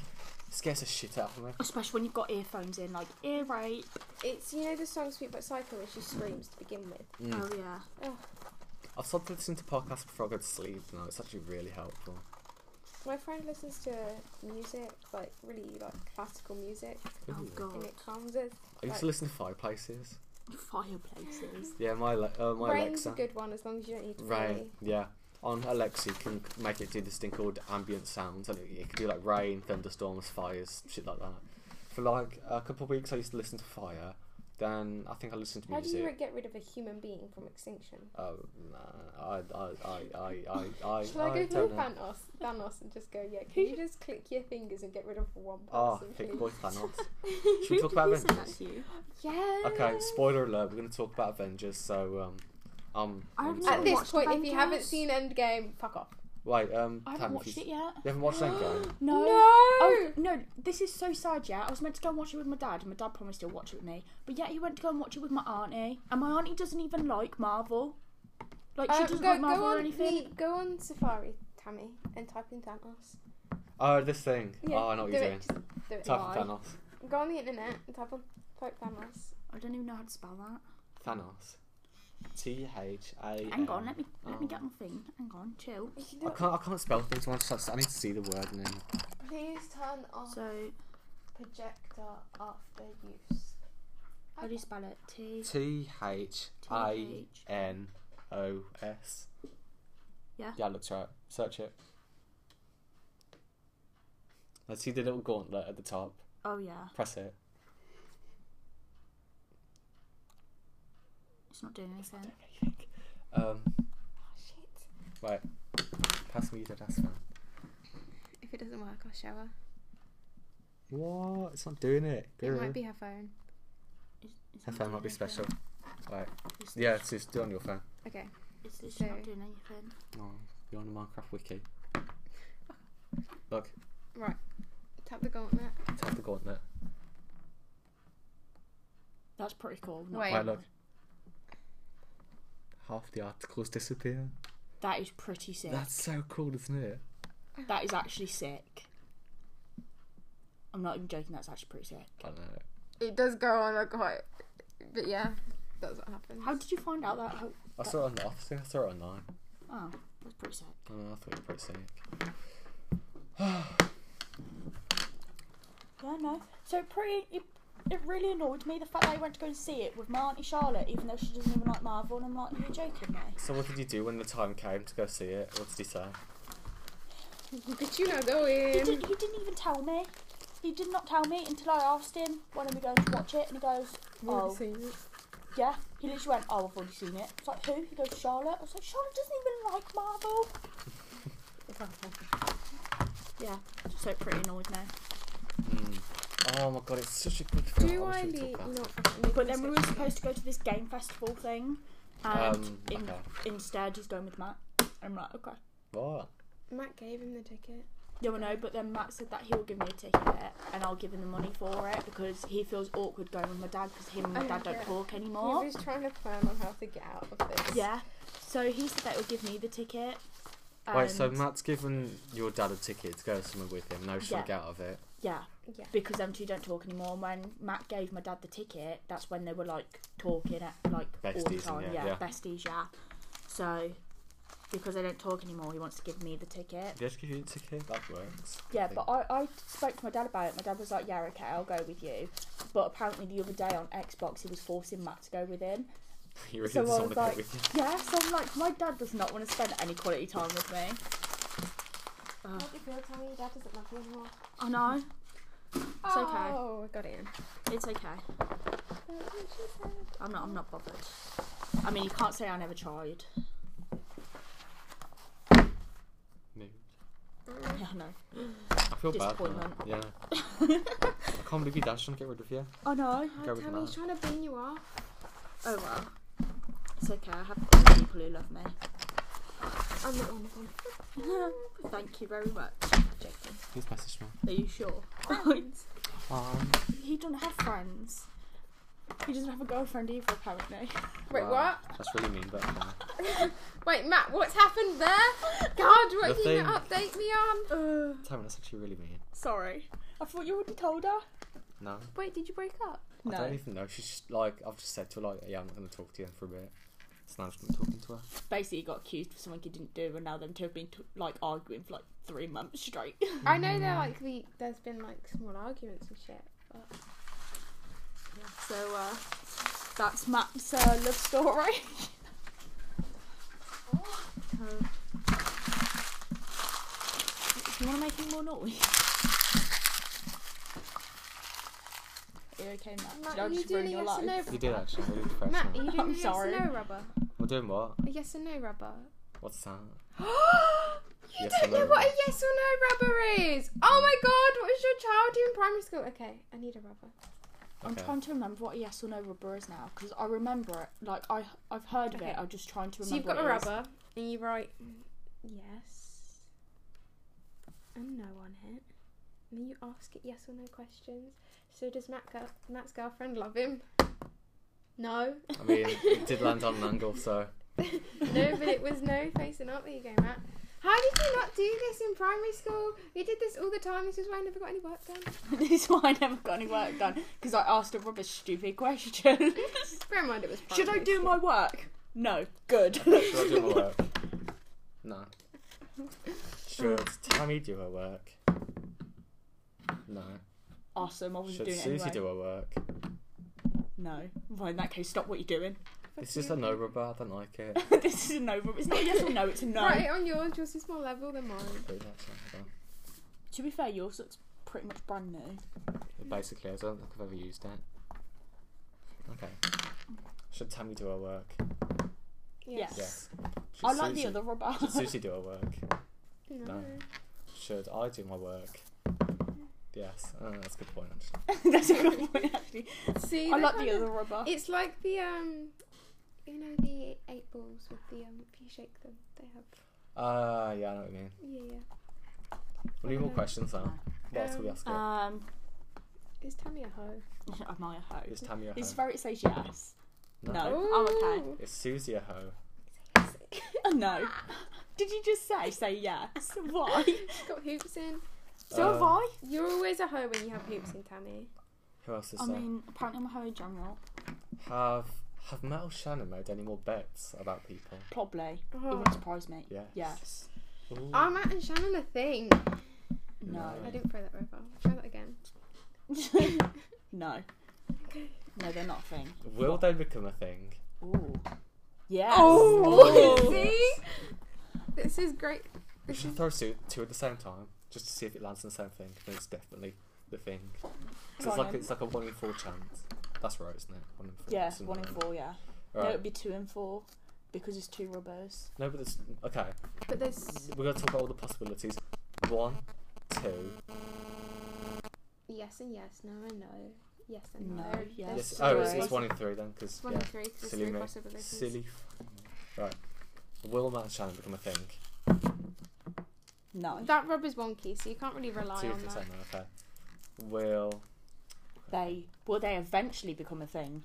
[SPEAKER 1] It scares the shit out of me.
[SPEAKER 3] Especially when you've got earphones in, like ear rape.
[SPEAKER 2] It's, you know, the song Sweet But Psycho where she screams to begin with.
[SPEAKER 1] Mm.
[SPEAKER 3] Oh yeah.
[SPEAKER 1] I've started listening to podcasts before I go to sleep now. It's actually really helpful.
[SPEAKER 2] My friend listens to music, like really like classical music,
[SPEAKER 3] Oh
[SPEAKER 1] Ooh.
[SPEAKER 3] god.
[SPEAKER 2] and it calms us.
[SPEAKER 1] I used
[SPEAKER 2] Like-
[SPEAKER 1] to listen to Fireplaces.
[SPEAKER 3] Fireplaces.
[SPEAKER 1] Yeah, my Ale- uh, my
[SPEAKER 2] Rain's a
[SPEAKER 1] Alexa.
[SPEAKER 2] good one as long as you don't need to
[SPEAKER 1] Rain.
[SPEAKER 2] pay.
[SPEAKER 1] Yeah. On Alexa, you can make it do this thing called ambient sounds, and it, it can do like rain, thunderstorms, fires, shit like that. For like a couple of weeks, I used to listen to fire. Then I think I listened to
[SPEAKER 2] How do
[SPEAKER 1] music.
[SPEAKER 2] you get rid of a human being from extinction?
[SPEAKER 1] Oh, nah, I, I, I, I, I, I.
[SPEAKER 2] Shall I,
[SPEAKER 1] I
[SPEAKER 2] go
[SPEAKER 1] don't
[SPEAKER 2] through
[SPEAKER 1] know.
[SPEAKER 2] Thanos, Thanos and just go, yeah, can you just click your fingers and get rid of one person,
[SPEAKER 1] Oh,
[SPEAKER 2] please?
[SPEAKER 1] thick boy Thanos. Should we talk about
[SPEAKER 3] Who did you say
[SPEAKER 1] Avengers?
[SPEAKER 3] that to you?
[SPEAKER 2] Yeah.
[SPEAKER 1] Okay, spoiler alert. We're going to talk about Avengers. So, um, um,
[SPEAKER 3] I
[SPEAKER 1] um,
[SPEAKER 3] haven't
[SPEAKER 1] sorry.
[SPEAKER 2] At this
[SPEAKER 3] Watched
[SPEAKER 2] point, if you haven't
[SPEAKER 3] Avengers?
[SPEAKER 2] seen Endgame, fuck off.
[SPEAKER 1] wait, um,
[SPEAKER 3] I haven't
[SPEAKER 1] Tam,
[SPEAKER 3] watched
[SPEAKER 1] if you,
[SPEAKER 3] it yet.
[SPEAKER 1] you haven't watched Endgame.
[SPEAKER 3] No. Oh,
[SPEAKER 2] No!
[SPEAKER 3] no, this is so sad, yeah. I was meant to go and watch it with my dad, and my dad promised he'll watch it with me. But yet he went to go and watch it with my auntie, and my auntie doesn't even like Marvel. Like, she
[SPEAKER 2] Uh,
[SPEAKER 3] doesn't
[SPEAKER 2] go,
[SPEAKER 3] like
[SPEAKER 2] go
[SPEAKER 3] Marvel or
[SPEAKER 2] on,
[SPEAKER 3] anything.
[SPEAKER 2] the- go on Safari, Tammy, and type in Thanos.
[SPEAKER 1] Oh, this thing.
[SPEAKER 2] Yeah,
[SPEAKER 1] oh, I know what
[SPEAKER 2] do
[SPEAKER 1] you're
[SPEAKER 2] it,
[SPEAKER 1] doing.
[SPEAKER 2] just do it.
[SPEAKER 1] Type
[SPEAKER 3] Why?
[SPEAKER 1] in Thanos.
[SPEAKER 2] Go on the internet and type on type Thanos.
[SPEAKER 3] I don't even know how to spell that.
[SPEAKER 1] Thanos. T H A.
[SPEAKER 3] Hang on, let me let me
[SPEAKER 1] Oh.
[SPEAKER 3] get my thing. Hang on, chill.
[SPEAKER 2] You can
[SPEAKER 1] I
[SPEAKER 2] do it.
[SPEAKER 1] can't. I can't spell things. I, just, I need to see the word and then.
[SPEAKER 2] Please turn off
[SPEAKER 3] So,
[SPEAKER 2] projector after use.
[SPEAKER 3] how do you spell it? T.
[SPEAKER 1] T H A N O S.
[SPEAKER 3] Yeah.
[SPEAKER 1] Yeah, it looks right. Search it. Let's see the little gauntlet at the top.
[SPEAKER 3] Oh yeah,
[SPEAKER 1] Press it.
[SPEAKER 3] it's not doing anything.
[SPEAKER 1] Um,
[SPEAKER 2] Oh, shit.
[SPEAKER 1] right. Pass me the desk fan.
[SPEAKER 2] If it doesn't work, I'll show her.
[SPEAKER 1] What? It's not doing it.
[SPEAKER 2] It might be her phone.
[SPEAKER 3] Is, is
[SPEAKER 1] Her
[SPEAKER 3] it
[SPEAKER 1] phone
[SPEAKER 3] not
[SPEAKER 1] might be
[SPEAKER 3] doing
[SPEAKER 1] special.
[SPEAKER 3] anything?
[SPEAKER 1] Right.
[SPEAKER 3] Is this-
[SPEAKER 1] Yeah, it's just do it on your phone.
[SPEAKER 2] Okay.
[SPEAKER 3] Is this
[SPEAKER 2] so-
[SPEAKER 3] not doing anything?
[SPEAKER 1] No, Oh, you're on the Minecraft wiki. Look,
[SPEAKER 2] Tap the gauntlet.
[SPEAKER 1] tap the gauntlet.
[SPEAKER 3] That's pretty cool.
[SPEAKER 2] Wait.
[SPEAKER 1] Right, look. Half the articles disappear.
[SPEAKER 3] That is pretty sick.
[SPEAKER 1] That's so cool, isn't it?
[SPEAKER 3] That is actually sick. I'm not even joking, that's actually pretty sick.
[SPEAKER 1] I don't know.
[SPEAKER 2] It does go on a quite, but yeah, that's what happens.
[SPEAKER 3] How did you find out that? How,
[SPEAKER 1] I saw it on the office. I saw it online.
[SPEAKER 3] oh, that's pretty sick.
[SPEAKER 1] I don't know. I thought you were pretty sick.
[SPEAKER 3] Yeah, no. So pretty. It, it really annoyed me the fact that I went to go and see it with my auntie Charlotte, even though she doesn't even like Marvel, and I'm like, you're joking me.
[SPEAKER 1] So what did you do when the time came to go see it? What did you say?
[SPEAKER 2] Did you not go
[SPEAKER 3] He,
[SPEAKER 2] in?
[SPEAKER 3] did, he didn't even tell me. He did not tell me until I asked him when are we going to watch it, and he goes, "Oh, yeah." He literally went, "Oh, I've already seen it." It's like who? He goes, "Charlotte." I was like, "Charlotte doesn't even like Marvel." Yeah, so it pretty annoyed me.
[SPEAKER 1] Mm. Oh my god, it's such a good film.
[SPEAKER 2] Do
[SPEAKER 1] wish
[SPEAKER 2] I
[SPEAKER 1] we'd
[SPEAKER 2] need
[SPEAKER 1] talk about
[SPEAKER 2] not?
[SPEAKER 3] But then we were supposed to go to this game festival thing,
[SPEAKER 1] it.
[SPEAKER 3] and
[SPEAKER 1] Um.
[SPEAKER 3] in,
[SPEAKER 1] Okay.
[SPEAKER 3] instead he's going with Matt. I'm like, okay.
[SPEAKER 1] What?
[SPEAKER 2] Matt gave him the ticket.
[SPEAKER 3] Yeah, I know, but then Matt said that he'll give me a ticket and I'll give him the money for it because he feels awkward going with my dad because him and my
[SPEAKER 2] Oh,
[SPEAKER 3] dad don't
[SPEAKER 2] yeah.
[SPEAKER 3] talk
[SPEAKER 2] He
[SPEAKER 3] anymore.
[SPEAKER 2] was trying to plan on how to get out of this.
[SPEAKER 3] Yeah, so he said that he'll give me the ticket.
[SPEAKER 1] Wait, so
[SPEAKER 3] and-
[SPEAKER 1] Matt's given your dad a ticket to go somewhere with him. No, she'll
[SPEAKER 3] Yeah.
[SPEAKER 1] get out of it.
[SPEAKER 3] Yeah,
[SPEAKER 2] Yeah.
[SPEAKER 3] because them two don't talk anymore. And when Matt gave my dad the ticket, that's when they were like talking at like all the
[SPEAKER 1] Besties,
[SPEAKER 3] time.
[SPEAKER 1] yeah,
[SPEAKER 3] yeah,
[SPEAKER 1] yeah.
[SPEAKER 3] besties, yeah. So because they don't talk anymore, he wants to give me the ticket.
[SPEAKER 1] Did she give you a ticket? That works.
[SPEAKER 3] Yeah, but I, I spoke to my dad about it. My dad was like, "Yeah, okay, I'll go with you." But apparently, the other day on Xbox, he was forcing Matt to go with him.
[SPEAKER 1] you really
[SPEAKER 3] so I
[SPEAKER 1] doesn't want
[SPEAKER 3] was
[SPEAKER 1] to go
[SPEAKER 3] like-
[SPEAKER 1] with you.
[SPEAKER 3] Yeah, so I'm like, my dad does not want to spend any quality time with me.
[SPEAKER 2] How do you feel, Tommy? Your dad doesn't love you anymore.
[SPEAKER 3] I know, It's okay.
[SPEAKER 2] Oh, I got it in.
[SPEAKER 3] it's okay. I'm not, I'm not bothered. I mean, you can't say I never tried.
[SPEAKER 1] Mood.
[SPEAKER 3] Yeah, I know.
[SPEAKER 1] I feel bad. for that.
[SPEAKER 3] Disappointment.
[SPEAKER 1] Yeah. I can't believe your dad's trying to get rid of you.
[SPEAKER 3] I know.
[SPEAKER 1] Go
[SPEAKER 2] Oh,
[SPEAKER 1] with
[SPEAKER 2] Tammy,
[SPEAKER 1] Matt.
[SPEAKER 2] he's trying to bean you off.
[SPEAKER 3] Oh well, it's okay. I have other people who love me.
[SPEAKER 2] I'm not one of them.
[SPEAKER 3] Thank you very much.
[SPEAKER 2] Joking.
[SPEAKER 1] He's messaged me.
[SPEAKER 3] Are you sure?
[SPEAKER 1] Um,
[SPEAKER 3] he doesn't have friends. He doesn't have a girlfriend either, apparently.
[SPEAKER 2] Wait,
[SPEAKER 1] wow, That's really mean, but okay.
[SPEAKER 2] what? Wait, Matt, what's happened there? God, what
[SPEAKER 1] The
[SPEAKER 2] are you gonna
[SPEAKER 1] thing.
[SPEAKER 2] update me on?
[SPEAKER 3] Uh,
[SPEAKER 1] Tammy, that's actually really mean.
[SPEAKER 3] sorry. I thought you already told her.
[SPEAKER 1] No,
[SPEAKER 2] Wait, did you break up?
[SPEAKER 1] I
[SPEAKER 3] No,
[SPEAKER 1] don't even know. She's just like, I've just said to her, like, yeah, I'm not going to talk to you for a bit. So now I'm just going to talking to her.
[SPEAKER 3] basically got accused for something he didn't do, and now them two have been t- like arguing for like three months straight.
[SPEAKER 2] I know there like the there's been like small arguments and shit.
[SPEAKER 3] so, uh, That's Matt's uh, love story.
[SPEAKER 2] Um,
[SPEAKER 3] Do you want to make any more noise? Are you okay, Matt?
[SPEAKER 2] Matt,
[SPEAKER 3] Did I
[SPEAKER 2] are you
[SPEAKER 3] just
[SPEAKER 2] doing
[SPEAKER 3] ruin
[SPEAKER 2] a
[SPEAKER 3] your
[SPEAKER 2] yes or no
[SPEAKER 3] life?
[SPEAKER 2] rubber?
[SPEAKER 1] You did actually. Really depressing.
[SPEAKER 2] Matt, are you doing
[SPEAKER 3] I'm
[SPEAKER 2] a yes
[SPEAKER 3] sorry.
[SPEAKER 2] or no rubber?
[SPEAKER 1] We're doing what?
[SPEAKER 2] A yes or no rubber?
[SPEAKER 1] What's that?
[SPEAKER 2] you
[SPEAKER 1] Yes or
[SPEAKER 2] don't
[SPEAKER 1] no
[SPEAKER 2] know what a
[SPEAKER 1] rubber?
[SPEAKER 2] yes or no rubber is. Oh my god, what was your child doing in primary school? Okay, I need a rubber.
[SPEAKER 3] I'm
[SPEAKER 1] Okay.
[SPEAKER 3] trying to remember what a yes or no rubber is now because I remember it. Like I, I've heard of
[SPEAKER 2] Okay.
[SPEAKER 3] it. I'm just trying to remember.
[SPEAKER 2] So you've got
[SPEAKER 3] what
[SPEAKER 2] a
[SPEAKER 3] it is.
[SPEAKER 2] rubber, and you write mm, yes and no on it, and then you ask it yes or no questions. So does Matt girl, Matt's girlfriend love him? No.
[SPEAKER 1] I mean, it did land on an angle, so
[SPEAKER 2] no, but it was no facing up. There you go, Matt. How did you not do this in primary school? We did this all the time. This is why I never got any work done.
[SPEAKER 3] this is why I never got any work done because I asked a rubber stupid question.
[SPEAKER 2] Bear in mind it was. Primary
[SPEAKER 3] Should I do
[SPEAKER 2] school.
[SPEAKER 3] my work? No. Good.
[SPEAKER 1] should I do my work? No. Should Tammy do her work? No.
[SPEAKER 3] awesome. I was
[SPEAKER 1] Should
[SPEAKER 3] doing it
[SPEAKER 1] Susie
[SPEAKER 3] anyway.
[SPEAKER 1] do her work?
[SPEAKER 3] No. Well, in that case, stop what you're doing.
[SPEAKER 1] It's just a no rubber. I don't like it.
[SPEAKER 3] this is a no. It's not a yes or no. It's a no.
[SPEAKER 2] Write it on yours. Yours is more level than mine.
[SPEAKER 1] But that's not bad.
[SPEAKER 3] To be fair, yours looks pretty much brand new.
[SPEAKER 1] It basically is. I don't think I've ever used it. Okay. Should Tammy do her work?
[SPEAKER 3] Yes.
[SPEAKER 1] Yes. Should
[SPEAKER 3] I like
[SPEAKER 1] Susie-
[SPEAKER 3] the other rubber.
[SPEAKER 1] Should Susie do her work?
[SPEAKER 2] No.
[SPEAKER 1] No. Should I do my work? Yes. Uh, that's a good point, actually.
[SPEAKER 3] That's a good point, actually.
[SPEAKER 2] See,
[SPEAKER 3] I
[SPEAKER 2] they're
[SPEAKER 3] like
[SPEAKER 2] kind
[SPEAKER 3] the
[SPEAKER 2] of-
[SPEAKER 3] other rubber.
[SPEAKER 1] Oh.
[SPEAKER 2] It's like the um, you know the eight balls with the um. If you shake them, they have.
[SPEAKER 1] Uh, yeah, I know what you mean.
[SPEAKER 2] Yeah, yeah.
[SPEAKER 1] We need more questions now. What else are we
[SPEAKER 2] Um,
[SPEAKER 1] asking?
[SPEAKER 3] Um, "Oh."
[SPEAKER 2] Is Tammy a hoe?
[SPEAKER 3] am I a hoe?
[SPEAKER 1] is Tammy a hoe?
[SPEAKER 3] It's very. It says yes. No. Oh,
[SPEAKER 1] Is Susie a hoe?
[SPEAKER 2] okay.
[SPEAKER 3] Oh, no. Did you just say say yes? Why?
[SPEAKER 2] She's got hoops in.
[SPEAKER 3] So have
[SPEAKER 1] Uh,
[SPEAKER 3] I.
[SPEAKER 2] You're always a hoe when you have hoops in, Tammy.
[SPEAKER 1] Who else is
[SPEAKER 3] I
[SPEAKER 1] there?
[SPEAKER 3] mean, apparently I'm a hoe in general.
[SPEAKER 1] Have Have Matt or Shannon made any more bets about people?
[SPEAKER 3] Probably. It
[SPEAKER 2] Oh.
[SPEAKER 3] wouldn't surprise me.
[SPEAKER 1] Yes.
[SPEAKER 3] Yes.
[SPEAKER 1] Ooh.
[SPEAKER 2] Are Matt and Shannon a thing?
[SPEAKER 3] No.
[SPEAKER 2] I didn't throw that very far. Try that again.
[SPEAKER 3] no. No, they're not a thing.
[SPEAKER 1] Will they become a thing?
[SPEAKER 3] Ooh. Yes.
[SPEAKER 1] Oh.
[SPEAKER 2] see? This is great.
[SPEAKER 1] We
[SPEAKER 2] This
[SPEAKER 1] should
[SPEAKER 2] is
[SPEAKER 1] throw two, two at the same time just to see if it lands on the same thing. And it's definitely the thing. So it's
[SPEAKER 3] Go on
[SPEAKER 1] like
[SPEAKER 3] then.
[SPEAKER 1] it's like a one in four chance. That's right, isn't it? One in four.
[SPEAKER 3] Yeah,
[SPEAKER 1] something
[SPEAKER 3] one in
[SPEAKER 1] like that.
[SPEAKER 3] four, yeah. No,
[SPEAKER 1] Alright.
[SPEAKER 3] it'd be two and four because it's two rubbers.
[SPEAKER 1] No, but it's okay.
[SPEAKER 2] but there's
[SPEAKER 1] We're gonna talk about all the possibilities. One, two.
[SPEAKER 2] yes and yes, no and no, yes and
[SPEAKER 3] No,
[SPEAKER 2] no.
[SPEAKER 3] yes.
[SPEAKER 2] There's
[SPEAKER 1] Yes.
[SPEAKER 2] so
[SPEAKER 1] Oh, it's,
[SPEAKER 2] many
[SPEAKER 1] it's one in three then,
[SPEAKER 2] possi-
[SPEAKER 1] because
[SPEAKER 2] one
[SPEAKER 1] yeah,
[SPEAKER 2] in three. 'cause there's
[SPEAKER 1] silly
[SPEAKER 2] three
[SPEAKER 1] me,
[SPEAKER 2] possibilities.
[SPEAKER 1] silly. f- Right. Will Matt and Shannon become a thing?
[SPEAKER 3] No.
[SPEAKER 2] That rubber's wonky, so you can't really rely
[SPEAKER 1] two
[SPEAKER 2] on
[SPEAKER 1] of the
[SPEAKER 2] that.
[SPEAKER 1] same. Okay. Will
[SPEAKER 3] They will they eventually become a thing?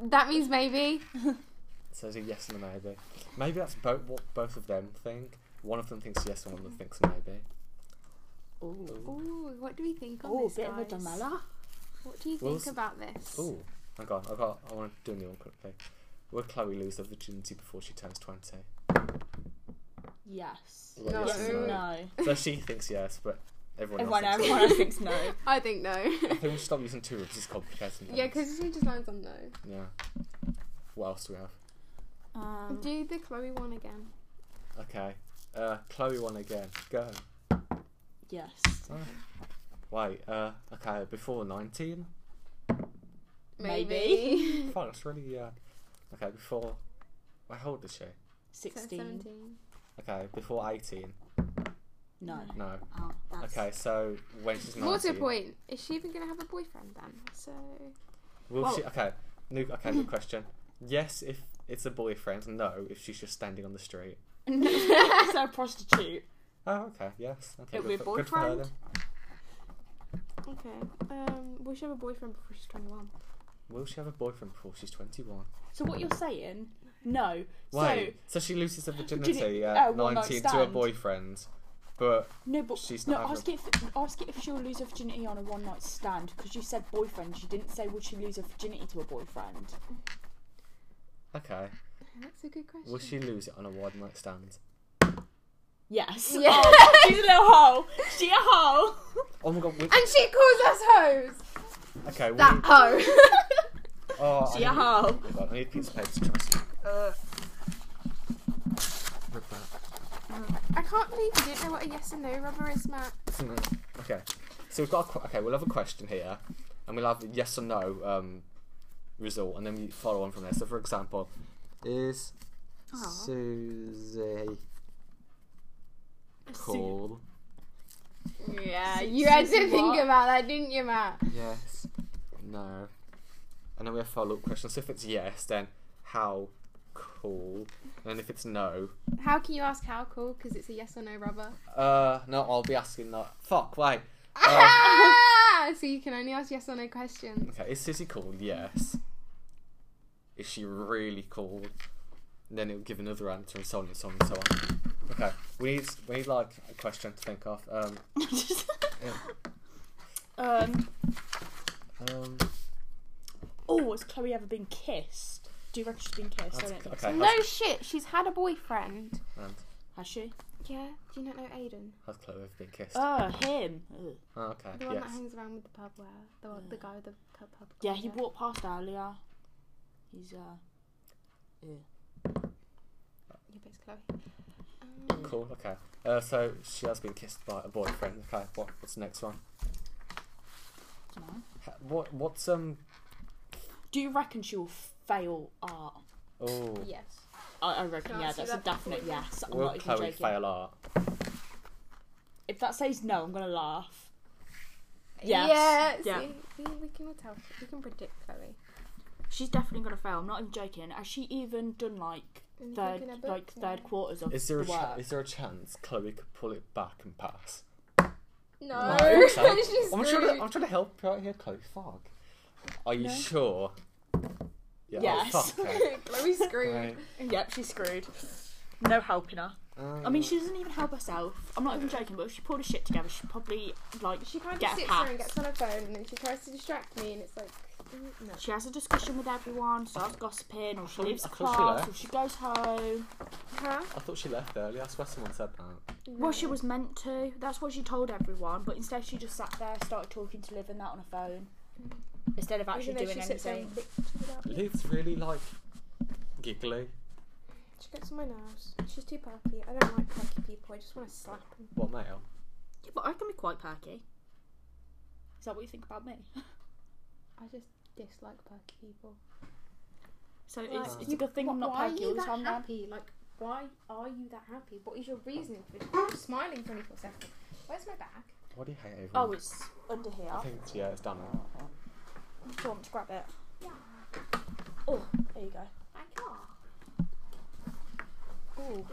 [SPEAKER 2] That means maybe.
[SPEAKER 1] So it's a yes and a maybe. Maybe that's both what both of them think. One of them thinks yes and one of them thinks maybe.
[SPEAKER 3] Ooh.
[SPEAKER 2] Ooh, what do we think on
[SPEAKER 3] Ooh,
[SPEAKER 2] this,
[SPEAKER 3] bit of a
[SPEAKER 2] guys?
[SPEAKER 3] domella.
[SPEAKER 2] What do you
[SPEAKER 1] Well,
[SPEAKER 2] think
[SPEAKER 1] s-
[SPEAKER 2] about this?
[SPEAKER 1] Ooh. Hang on, I've got I wanna do another one quickly. Will Chloe lose her virginity before she turns twenty?
[SPEAKER 3] Yes.
[SPEAKER 1] Well,
[SPEAKER 2] No.
[SPEAKER 1] yes and
[SPEAKER 3] No.
[SPEAKER 1] So she thinks yes, but everyone,
[SPEAKER 3] Everyone,
[SPEAKER 1] else thinks
[SPEAKER 3] everyone else thinks no.
[SPEAKER 2] I think no.
[SPEAKER 1] no. I think we should stop using two rooms, it's complicating.
[SPEAKER 2] yeah,
[SPEAKER 1] things.
[SPEAKER 2] because this one just lands on no.
[SPEAKER 1] Yeah. What else do we have?
[SPEAKER 3] Um,
[SPEAKER 2] Do the Chloe one again.
[SPEAKER 1] Okay. Uh Chloe one again. Go.
[SPEAKER 3] yes.
[SPEAKER 1] Wait, uh okay, before nineteen?
[SPEAKER 3] Maybe.
[SPEAKER 1] Fine, that's really uh okay, before wait, how old is she?
[SPEAKER 3] 16.
[SPEAKER 1] Okay, before eighteen.
[SPEAKER 3] No.
[SPEAKER 1] No.
[SPEAKER 3] Oh, that's...
[SPEAKER 1] Okay, so when she's 19,
[SPEAKER 2] More to the point, is she even going to have a boyfriend then? So.
[SPEAKER 1] will
[SPEAKER 3] Well-
[SPEAKER 1] she? Okay, new. Okay, new question. Yes, if it's a boyfriend. No, if she's just standing on the street.
[SPEAKER 3] so prostitute.
[SPEAKER 1] Oh, okay. Yes. Okay.
[SPEAKER 3] It'll
[SPEAKER 1] good
[SPEAKER 3] be a
[SPEAKER 1] for- good for her
[SPEAKER 3] boyfriend.
[SPEAKER 1] then.
[SPEAKER 2] Okay. Um, will she have a boyfriend before she's 21?
[SPEAKER 1] Will she have a boyfriend before she's twenty-one?
[SPEAKER 3] So what you're saying? No.
[SPEAKER 1] Wait. So, she loses her virginity
[SPEAKER 3] Virgini-
[SPEAKER 1] at
[SPEAKER 3] uh, one night
[SPEAKER 1] nineteen to her
[SPEAKER 3] stand.
[SPEAKER 1] boyfriend, but
[SPEAKER 3] So no, but
[SPEAKER 1] She's
[SPEAKER 3] no.
[SPEAKER 1] not
[SPEAKER 3] Ask it. If, ask it if she'll lose her virginity on a one night stand because you said boyfriend. You didn't say would she lose her virginity to a boyfriend.
[SPEAKER 1] okay.
[SPEAKER 2] That's a good question.
[SPEAKER 1] Will she lose it on a one night stand?
[SPEAKER 3] Yes.
[SPEAKER 2] Yeah.
[SPEAKER 3] Oh, she's a little hole. She a hole.
[SPEAKER 1] Oh my god. Will,
[SPEAKER 2] And she calls us hoes!
[SPEAKER 1] Okay, we
[SPEAKER 2] That hoe.
[SPEAKER 1] oh, I
[SPEAKER 4] See ya,
[SPEAKER 1] need-
[SPEAKER 4] how?
[SPEAKER 1] Oh God, I need a piece of paper to try and
[SPEAKER 4] Uh,
[SPEAKER 1] rip that.
[SPEAKER 2] I can't believe you don't know what a yes and no rubber is, Matt.
[SPEAKER 1] Isn't it? Mm, Okay. So we've got a, qu- okay. We'll have a question here, and we'll have the yes or no um, result, and then we follow on from there. So, for example, is
[SPEAKER 2] Aw.
[SPEAKER 1] Susie cool?
[SPEAKER 4] yeah,
[SPEAKER 2] You had to think about that, didn't you, Matt?
[SPEAKER 1] Yes. No. And then we have follow up questions. So if it's yes, then how cool? And if it's no,
[SPEAKER 2] How can you ask how cool? Because it's a yes or no rubber.
[SPEAKER 1] uh, no, I'll be asking that. Fuck, wait. Um,
[SPEAKER 2] Ah! So you can only ask yes or no questions.
[SPEAKER 1] Okay, is Susie cool? Yes. Is she really cool? And then it would give another answer and so on and so on and so on. Okay, we need we need like a question to think of. Um,
[SPEAKER 3] um,
[SPEAKER 1] um
[SPEAKER 3] oh, has Chloe ever been kissed? Do you reckon she's been kissed? I don't think
[SPEAKER 1] okay.
[SPEAKER 2] No
[SPEAKER 1] Has,
[SPEAKER 2] shit, she's had a boyfriend.
[SPEAKER 1] and
[SPEAKER 3] so. Has she?
[SPEAKER 2] Yeah, do you not know Aiden?
[SPEAKER 1] has Chloe ever been kissed?
[SPEAKER 3] Oh, him. Ugh.
[SPEAKER 1] oh, okay.
[SPEAKER 2] Uh, The one that
[SPEAKER 1] Yes.
[SPEAKER 2] hangs around with the pub where the, one, the guy with the pub pub.
[SPEAKER 3] Yeah, he walked past earlier. He's uh.
[SPEAKER 2] Your bit's Chloe. Um,
[SPEAKER 1] Cool. Okay. Uh, so she has been kissed by a boyfriend. Okay. What, what's the next one?
[SPEAKER 3] dunno.
[SPEAKER 1] Ha- What what's um?
[SPEAKER 3] Do you reckon she'll fail art?
[SPEAKER 1] Oh,
[SPEAKER 2] yes.
[SPEAKER 3] I, I reckon
[SPEAKER 2] Can I
[SPEAKER 3] yeah.
[SPEAKER 2] ask you
[SPEAKER 3] That's a
[SPEAKER 2] that before
[SPEAKER 3] definite
[SPEAKER 2] you-
[SPEAKER 3] yes. I'm
[SPEAKER 1] will
[SPEAKER 3] not even
[SPEAKER 1] Chloe
[SPEAKER 3] joking.
[SPEAKER 1] fail art?
[SPEAKER 3] If that says no, I'm gonna laugh.
[SPEAKER 2] Yeah.
[SPEAKER 3] Yes.
[SPEAKER 2] See,
[SPEAKER 3] Yeah.
[SPEAKER 2] see, we can all tell. We can predict Chloe.
[SPEAKER 3] She's definitely gonna fail. I'm not even joking. Has she even done like
[SPEAKER 2] Anything
[SPEAKER 3] third,
[SPEAKER 2] in her book?
[SPEAKER 3] like third
[SPEAKER 2] No.
[SPEAKER 3] quarters of
[SPEAKER 1] Is there a
[SPEAKER 3] the
[SPEAKER 1] cha-
[SPEAKER 3] work?
[SPEAKER 1] is there a chance Chloe could pull it back and pass?
[SPEAKER 2] No.
[SPEAKER 1] I
[SPEAKER 2] she's
[SPEAKER 1] think so. I'm, trying
[SPEAKER 2] screwed.
[SPEAKER 1] to, I'm trying to help you out here, Chloe. Fog. Are you
[SPEAKER 3] No.
[SPEAKER 1] sure? Yeah,
[SPEAKER 3] Yes.
[SPEAKER 1] Oh, fuck, okay.
[SPEAKER 2] Chloe's screwed.
[SPEAKER 1] Right.
[SPEAKER 3] Yep, she's screwed. No helping her. I
[SPEAKER 1] Um,
[SPEAKER 3] mean, she doesn't even help herself. I'm not even joking. But if she pulled her shit together, she probably like
[SPEAKER 2] She kind of
[SPEAKER 3] Get
[SPEAKER 2] sits there and
[SPEAKER 3] past.
[SPEAKER 2] gets on her phone, and then she tries to distract me, and it's like, mm, no.
[SPEAKER 3] She has a discussion with everyone, starts gossiping, or she
[SPEAKER 1] thought-
[SPEAKER 3] leaves
[SPEAKER 1] I thought she
[SPEAKER 3] class,
[SPEAKER 1] left.
[SPEAKER 3] or she goes home.
[SPEAKER 2] Huh?
[SPEAKER 1] I thought she left early. I swear someone said that.
[SPEAKER 3] Well, she was meant to. That's what she told everyone, but instead she just sat there, started talking to Liv and that on her phone, instead of actually
[SPEAKER 2] Even though
[SPEAKER 3] doing
[SPEAKER 2] she sits there
[SPEAKER 3] anything.
[SPEAKER 2] and bitches without me.
[SPEAKER 1] Liv's really like giggly.
[SPEAKER 2] She gets on my nerves. She's too perky. I don't like perky people. I just want to slap them.
[SPEAKER 1] What male?
[SPEAKER 3] Yeah, but I can be quite perky. Is that what you think about me?
[SPEAKER 2] I just dislike perky people.
[SPEAKER 3] So
[SPEAKER 2] Like,
[SPEAKER 3] it's, it's a
[SPEAKER 2] you-
[SPEAKER 3] good thing I'm
[SPEAKER 2] wh-
[SPEAKER 3] not
[SPEAKER 2] why are
[SPEAKER 3] perky all
[SPEAKER 2] you
[SPEAKER 3] the
[SPEAKER 2] that
[SPEAKER 3] time. then.
[SPEAKER 2] happy? Like, why are you that happy? What is your reasoning for smiling 24 seconds? Where's my bag?
[SPEAKER 1] What do you hate over?
[SPEAKER 3] Oh, it's under here.
[SPEAKER 1] I think it's, yeah, it's done. now.
[SPEAKER 3] Do you want me to grab it?
[SPEAKER 2] Yeah,
[SPEAKER 3] Oh, there you go.
[SPEAKER 2] I can't.
[SPEAKER 3] Ooh.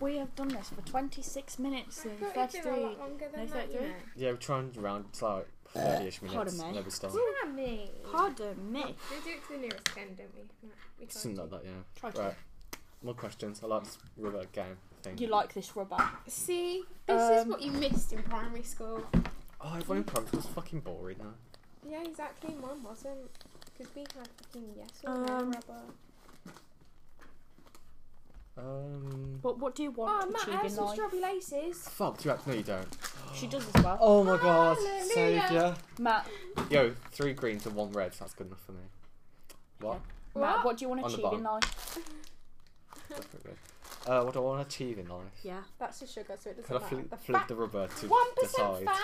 [SPEAKER 3] We have done this for 26 minutes and
[SPEAKER 2] I thought it'd been a
[SPEAKER 3] 33.
[SPEAKER 2] lot longer
[SPEAKER 3] No,
[SPEAKER 2] than that, you
[SPEAKER 3] 33.
[SPEAKER 2] know.
[SPEAKER 1] Yeah, we're trying to round to like 30-ish minutes.
[SPEAKER 3] Pardon me.
[SPEAKER 1] No, we still.
[SPEAKER 2] Dammy.
[SPEAKER 3] Pardon me.
[SPEAKER 2] We do it to the nearest end, don't we? No, we try
[SPEAKER 1] Something
[SPEAKER 2] to.
[SPEAKER 1] like that, yeah.
[SPEAKER 3] Try to.
[SPEAKER 1] Right. More questions. I like this rubber game thing.
[SPEAKER 3] You like this rubber?
[SPEAKER 2] See, this is
[SPEAKER 3] Um,
[SPEAKER 2] what you missed in primary school.
[SPEAKER 1] Oh, everyone in primary school's fucking boring now.
[SPEAKER 2] Yeah, exactly. Mine wasn't. Because we had fucking yes or no
[SPEAKER 3] Um,
[SPEAKER 2] rubber.
[SPEAKER 1] Um.
[SPEAKER 3] What What do you want
[SPEAKER 2] Oh,
[SPEAKER 3] to
[SPEAKER 2] Matt,
[SPEAKER 3] achieve
[SPEAKER 2] I have
[SPEAKER 3] in
[SPEAKER 2] some
[SPEAKER 3] life?
[SPEAKER 2] strawberry laces.
[SPEAKER 1] Fuck, do you actually? No, you don't.
[SPEAKER 3] She does as well.
[SPEAKER 1] Oh my god,
[SPEAKER 2] Hallelujah.
[SPEAKER 1] saviour.
[SPEAKER 3] Matt,
[SPEAKER 1] Yo, three greens and one red. That's good enough for me. What?
[SPEAKER 3] Matt, what do you want to
[SPEAKER 1] On the
[SPEAKER 3] achieve in
[SPEAKER 1] bottom.
[SPEAKER 3] life?
[SPEAKER 1] Definitely. Uh, what do I want to achieve in life?
[SPEAKER 3] Yeah.
[SPEAKER 2] That's the sugar, so it doesn't
[SPEAKER 1] Could I
[SPEAKER 2] matter.
[SPEAKER 1] flip,
[SPEAKER 2] the
[SPEAKER 1] flip
[SPEAKER 2] fat.
[SPEAKER 1] the rubber to
[SPEAKER 2] One
[SPEAKER 1] decide?
[SPEAKER 2] percent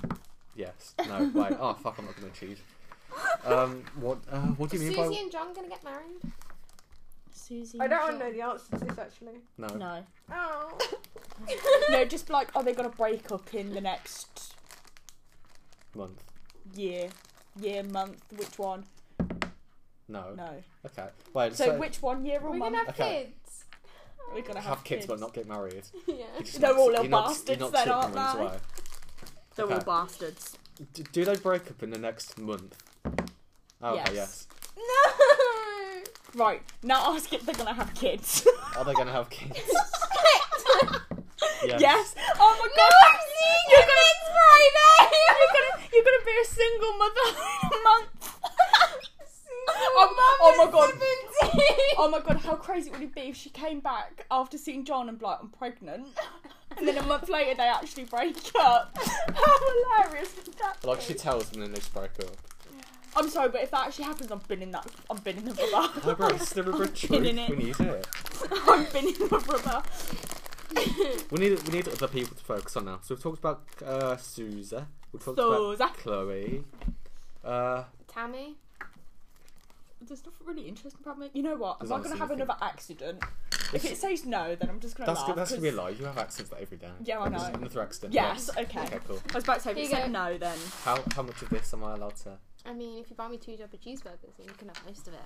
[SPEAKER 2] fat.
[SPEAKER 1] Yes. No. Wait. Oh fuck! I'm not going to achieve. Um. What? Uh, what do you mean
[SPEAKER 2] Susie
[SPEAKER 1] by?
[SPEAKER 2] and John gonna get married?
[SPEAKER 3] Susie.
[SPEAKER 2] I don't
[SPEAKER 3] and
[SPEAKER 2] want to know the answer to this actually.
[SPEAKER 1] No.
[SPEAKER 3] John. No.
[SPEAKER 2] Oh.
[SPEAKER 3] no, just like, oh, they're going to break up in the next
[SPEAKER 1] Month.
[SPEAKER 3] year, year, month, which one?
[SPEAKER 1] No.
[SPEAKER 3] No.
[SPEAKER 1] Okay. Wait.
[SPEAKER 3] So,
[SPEAKER 1] So,
[SPEAKER 3] which one, year or
[SPEAKER 2] We're gonna
[SPEAKER 3] month?
[SPEAKER 2] have
[SPEAKER 1] Okay.
[SPEAKER 2] kids.
[SPEAKER 3] We're going to
[SPEAKER 1] have, kids, but not get married.
[SPEAKER 2] yeah.
[SPEAKER 1] You just
[SPEAKER 3] They're
[SPEAKER 1] knock-
[SPEAKER 3] all
[SPEAKER 1] you
[SPEAKER 3] little
[SPEAKER 1] knock- you
[SPEAKER 3] bastards
[SPEAKER 1] knock
[SPEAKER 3] then,
[SPEAKER 1] shit and
[SPEAKER 3] aren't
[SPEAKER 1] runs
[SPEAKER 3] they?
[SPEAKER 1] away.
[SPEAKER 3] They're all
[SPEAKER 1] okay.
[SPEAKER 3] bastards.
[SPEAKER 1] D- do they break up in the next month? Oh, okay.
[SPEAKER 3] Yes.
[SPEAKER 1] Yes.
[SPEAKER 2] No.
[SPEAKER 3] Right, now ask if they're going to have kids.
[SPEAKER 1] Are they going to have kids? yes.
[SPEAKER 3] Yes. Oh my god. No, I'm seeing you next Friday. You're gonna, you're gonna be a single mother in a month. oh, oh my god. Oh my god. How crazy would it be if she came back after seeing John and be like, I'm pregnant? and then a month later they actually break up. How hilarious is that?
[SPEAKER 1] Like she tells them and they just break up.
[SPEAKER 3] I'm sorry, but if that actually happens, I'm binning that. I'm binning the rubber.
[SPEAKER 1] Oh, bro, this is the rubber
[SPEAKER 3] I'm
[SPEAKER 1] truth.
[SPEAKER 3] binning it.
[SPEAKER 1] We need it.
[SPEAKER 3] I'm binning the rubber.
[SPEAKER 1] We need we need other people to focus on now. So we've talked about uh, Sousa. We talked
[SPEAKER 3] So
[SPEAKER 1] about Chloe. Uh,
[SPEAKER 2] Tammy.
[SPEAKER 3] there's nothing really interesting about me. You know what? I'm
[SPEAKER 1] There's
[SPEAKER 3] not gonna
[SPEAKER 1] honestly
[SPEAKER 3] have
[SPEAKER 1] nothing.
[SPEAKER 3] another accident. If
[SPEAKER 1] it's-
[SPEAKER 3] it says no, then I'm just gonna
[SPEAKER 1] that's
[SPEAKER 3] laugh.
[SPEAKER 1] good, that's gonna be a
[SPEAKER 3] 'cause-
[SPEAKER 1] lie. You have accidents every day.
[SPEAKER 3] Yeah, I
[SPEAKER 1] This is
[SPEAKER 3] know.
[SPEAKER 1] Another accident.
[SPEAKER 3] Yes.
[SPEAKER 1] right?
[SPEAKER 3] Okay.
[SPEAKER 1] Okay. Cool.
[SPEAKER 3] I was about to say if
[SPEAKER 2] Here
[SPEAKER 3] it
[SPEAKER 2] you
[SPEAKER 3] said
[SPEAKER 2] go.
[SPEAKER 3] no, then
[SPEAKER 1] How how much of this am I allowed to?
[SPEAKER 2] I mean, if you buy me two double cheeseburgers, then you can have most of it.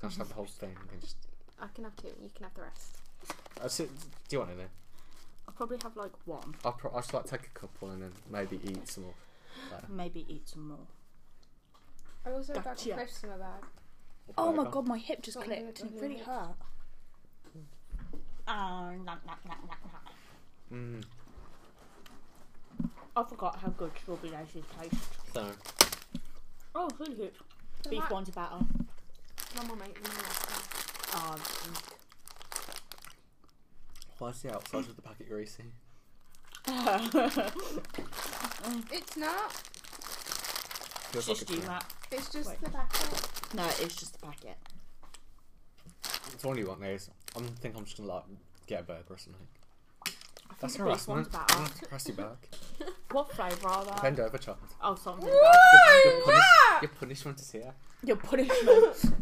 [SPEAKER 1] Can I just have the whole thing? And just,
[SPEAKER 2] I can have two. You can have the rest.
[SPEAKER 1] I just- do you want any?
[SPEAKER 3] I'll probably have like one.
[SPEAKER 1] I'll, pro- I'll just like take a couple and then maybe eat some more.
[SPEAKER 3] Maybe eat some more.
[SPEAKER 2] I also
[SPEAKER 3] got
[SPEAKER 2] got
[SPEAKER 3] Gotcha.
[SPEAKER 2] crisps in my bag.
[SPEAKER 3] Oh my
[SPEAKER 1] Whatever.
[SPEAKER 3] god, my hip just
[SPEAKER 2] Not
[SPEAKER 3] clicked. It
[SPEAKER 2] even a
[SPEAKER 3] really
[SPEAKER 2] minute.
[SPEAKER 3] hurt. Oh, nah, nah, nah, nah, nah.
[SPEAKER 1] Mm,
[SPEAKER 3] I forgot how good strawberry laces taste.
[SPEAKER 1] so
[SPEAKER 3] Oh, hula hoop. Beef
[SPEAKER 2] that-
[SPEAKER 3] ones are better.
[SPEAKER 2] My mum ate them.
[SPEAKER 3] Um,
[SPEAKER 1] why is the outside of the packet greasy?
[SPEAKER 2] It's not.
[SPEAKER 1] Feels like
[SPEAKER 3] just
[SPEAKER 1] a
[SPEAKER 3] you,
[SPEAKER 1] trap.
[SPEAKER 3] Matt.
[SPEAKER 2] It's just
[SPEAKER 3] Wait.
[SPEAKER 2] the packet.
[SPEAKER 3] No, it's just the packet.
[SPEAKER 1] It's only one days. I'm think I'm just gonna like get a burger or something.
[SPEAKER 3] I think
[SPEAKER 1] That's
[SPEAKER 3] the beef
[SPEAKER 1] harassment.
[SPEAKER 3] ones are better.
[SPEAKER 1] Mm, Press your back.
[SPEAKER 3] What flavour are they?
[SPEAKER 1] Bend over, child.
[SPEAKER 3] Oh, something.
[SPEAKER 1] Your, punish- your punishment is here.
[SPEAKER 3] Your punishment.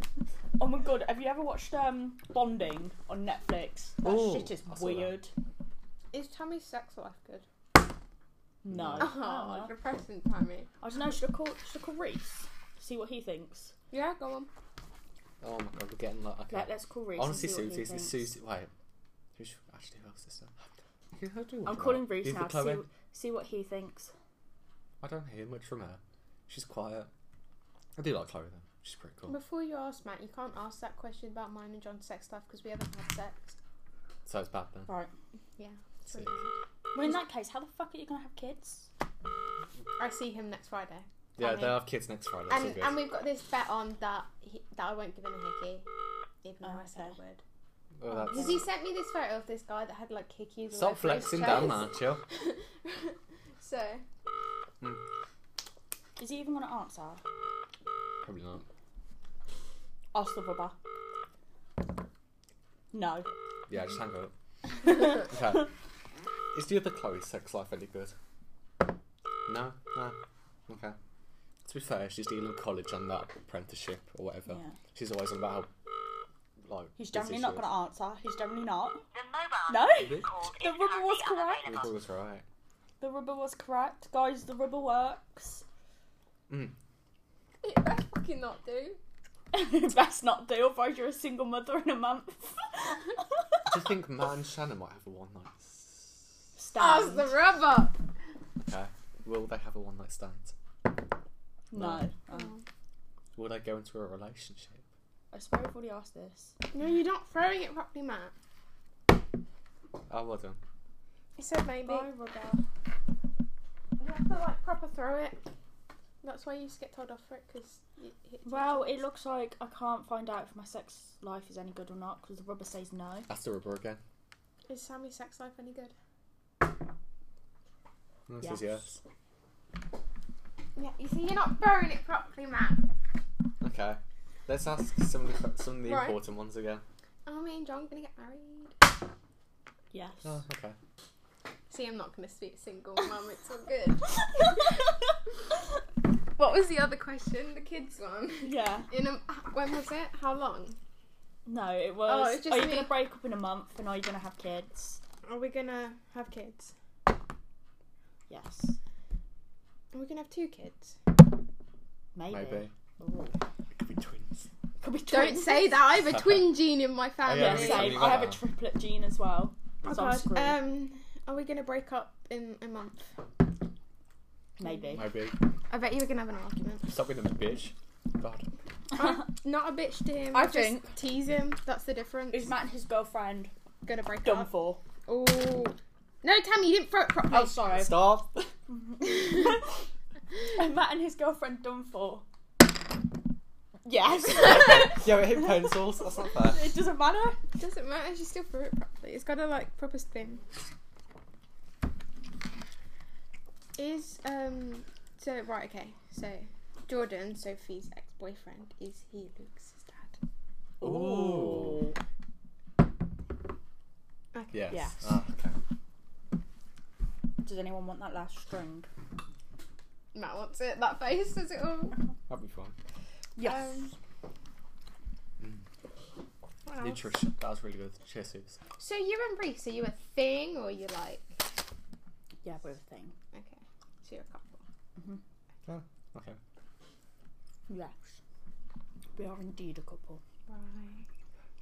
[SPEAKER 3] oh my god, have you ever watched um Bonding on Netflix? That
[SPEAKER 1] Ooh,
[SPEAKER 3] shit is
[SPEAKER 1] I saw that.
[SPEAKER 3] weird.
[SPEAKER 2] Is Tammy's sex life good?
[SPEAKER 3] No.
[SPEAKER 1] No.
[SPEAKER 2] Oh, depressing Tammy.
[SPEAKER 3] I don't know. Should I call? Should I call Reese? See what he thinks.
[SPEAKER 2] Yeah, go on.
[SPEAKER 1] Oh my god, we're getting like. Okay.
[SPEAKER 3] Let, let's call Reese.
[SPEAKER 1] Honestly,
[SPEAKER 3] and see what he
[SPEAKER 1] Susie's is
[SPEAKER 3] thinks.
[SPEAKER 1] Susie. Wait, who should actually who else is there? You heard who
[SPEAKER 3] I'm
[SPEAKER 1] was
[SPEAKER 3] calling
[SPEAKER 1] that?
[SPEAKER 3] Reese
[SPEAKER 1] Is it
[SPEAKER 3] now. See,
[SPEAKER 1] Chloe?
[SPEAKER 3] wh- see what he thinks.
[SPEAKER 1] I don't hear much from her. She's quiet. I do like Chloe though. She's pretty
[SPEAKER 3] Mm.
[SPEAKER 1] cool.
[SPEAKER 2] Before you ask Matt, you can't ask that question about mine and John's sex life because we haven't had sex.
[SPEAKER 1] So it's bad then.
[SPEAKER 3] Right.
[SPEAKER 2] Yeah.
[SPEAKER 1] Sick.
[SPEAKER 3] Well, in that case, how the fuck are you gonna have kids?
[SPEAKER 2] I see him next Friday.
[SPEAKER 1] Yeah,
[SPEAKER 2] Funny.
[SPEAKER 1] they'll have kids next Friday. That's all
[SPEAKER 2] And,
[SPEAKER 1] good.
[SPEAKER 2] and we've got this bet on that he, that I won't give him a hickey, even though
[SPEAKER 3] Oh,
[SPEAKER 2] I said I
[SPEAKER 3] okay.
[SPEAKER 2] would.
[SPEAKER 1] Oh, that's-
[SPEAKER 2] Because he sent me this photo of this guy that had like hickeys. all
[SPEAKER 1] Stop
[SPEAKER 2] over his
[SPEAKER 1] flexing down, man.
[SPEAKER 2] chest.
[SPEAKER 1] Chill.
[SPEAKER 2] so
[SPEAKER 3] Is he even gonna answer?
[SPEAKER 1] Probably not.
[SPEAKER 3] Ask the rubber. No.
[SPEAKER 1] Yeah, just hang up. okay. Is the other Chloe's sex life any good? No? No. Okay. To be fair, she's dealing with college and that apprenticeship or whatever.
[SPEAKER 3] Yeah.
[SPEAKER 1] She's always on about how, like,
[SPEAKER 3] He's
[SPEAKER 1] busy
[SPEAKER 3] definitely
[SPEAKER 1] she
[SPEAKER 3] not
[SPEAKER 1] is.
[SPEAKER 3] gonna answer. He's definitely not.
[SPEAKER 5] The mobile
[SPEAKER 3] No.
[SPEAKER 1] Really?
[SPEAKER 5] called
[SPEAKER 3] The
[SPEAKER 5] is
[SPEAKER 3] rubber was
[SPEAKER 5] currently
[SPEAKER 3] correct.
[SPEAKER 1] Your
[SPEAKER 5] unavailable.
[SPEAKER 1] brother was right.
[SPEAKER 3] The rubber was correct, guys. The rubber works.
[SPEAKER 1] Mm.
[SPEAKER 2] it best fucking not do.
[SPEAKER 3] Best not do, otherwise you're a single mother in a month.
[SPEAKER 1] Do you think Matt and Shannon might have a one night s-
[SPEAKER 2] That's
[SPEAKER 3] Stand.
[SPEAKER 2] the rubber.
[SPEAKER 1] Okay. Will they have a one night stand?
[SPEAKER 3] no. Oh.
[SPEAKER 1] Will they go into a relationship?
[SPEAKER 3] I swear I've already asked this.
[SPEAKER 2] No, you're not throwing it properly, Matt.
[SPEAKER 1] Oh, well done.
[SPEAKER 2] He said maybe.
[SPEAKER 3] Bye, Rubber.
[SPEAKER 2] You have to like proper throw it. That's why you used to get told off for it because.
[SPEAKER 3] Well, it looks like I can't find out if my sex life is any good or not because the rubber says no.
[SPEAKER 1] That's the rubber again.
[SPEAKER 2] Is Sammy's sex life any good?
[SPEAKER 1] This is yes.
[SPEAKER 2] Yeah, you see, you're not throwing it properly, Matt.
[SPEAKER 1] Okay. Let's ask some of the, some of the
[SPEAKER 2] Right.
[SPEAKER 1] important ones again.
[SPEAKER 2] Oh, me and John gonna get married.
[SPEAKER 3] Yes.
[SPEAKER 1] Oh, okay.
[SPEAKER 2] See, I'm not gonna speak single, Mum. It's all good. what was the other question? The kids one.
[SPEAKER 3] yeah.
[SPEAKER 2] In a, when was it? How long?
[SPEAKER 3] No, it was.
[SPEAKER 2] Oh, it's just
[SPEAKER 3] are you
[SPEAKER 2] me.
[SPEAKER 3] going to break up in a month and are you going to have kids?
[SPEAKER 2] Are we gonna have kids?
[SPEAKER 3] Yes.
[SPEAKER 2] Are we gonna have two kids?
[SPEAKER 3] Maybe.
[SPEAKER 1] Maybe.
[SPEAKER 3] Ooh.
[SPEAKER 1] It could be twins.
[SPEAKER 3] Could be
[SPEAKER 2] Don't
[SPEAKER 3] twins.
[SPEAKER 2] say that. I have a twin gene in my family.
[SPEAKER 1] yeah,
[SPEAKER 3] Yeah,
[SPEAKER 1] Really?
[SPEAKER 3] same.
[SPEAKER 1] Something
[SPEAKER 3] I
[SPEAKER 1] like
[SPEAKER 3] have a
[SPEAKER 1] that.
[SPEAKER 3] triplet gene as well.
[SPEAKER 2] Oh,
[SPEAKER 3] So I'm
[SPEAKER 2] God.
[SPEAKER 3] screwed.
[SPEAKER 2] Um, are we gonna break up in a month?
[SPEAKER 3] Maybe.
[SPEAKER 1] Maybe.
[SPEAKER 2] I bet you we're gonna have an argument.
[SPEAKER 1] Stop being a bitch. God.
[SPEAKER 2] Not a bitch to him.
[SPEAKER 3] I
[SPEAKER 2] just
[SPEAKER 3] think-
[SPEAKER 2] tease him. That's the difference.
[SPEAKER 3] Is Matt and his girlfriend
[SPEAKER 2] gonna break
[SPEAKER 3] done
[SPEAKER 2] up?
[SPEAKER 3] for?
[SPEAKER 2] Oh. No, Tammy, you didn't throw it properly.
[SPEAKER 3] Oh, sorry.
[SPEAKER 1] Stop.
[SPEAKER 3] Are Matt and his girlfriend done for? Yes.
[SPEAKER 1] yeah, it hit pencils. That's not fair.
[SPEAKER 3] it doesn't matter.
[SPEAKER 2] Doesn't matter. She still threw it properly. It's got a like proper spin. Is um so right okay so Jordan Sophie's ex boyfriend is he Luke's dad?
[SPEAKER 1] Ooh.
[SPEAKER 2] Okay.
[SPEAKER 1] Yes.
[SPEAKER 3] Yes.
[SPEAKER 1] Ah, okay.
[SPEAKER 3] Does anyone want that last string?
[SPEAKER 2] Matt wants it. That face says it all.
[SPEAKER 1] That'd be fun.
[SPEAKER 3] Yes.
[SPEAKER 2] Um, What else?
[SPEAKER 1] Nutrition. That was really good. Cheers, Suze.
[SPEAKER 2] So you and Reese, are you a thing or you like?
[SPEAKER 3] yeah, we're a thing.
[SPEAKER 2] Okay, so you're a couple.
[SPEAKER 1] Okay.
[SPEAKER 3] Yes. We are indeed a couple.
[SPEAKER 2] Right.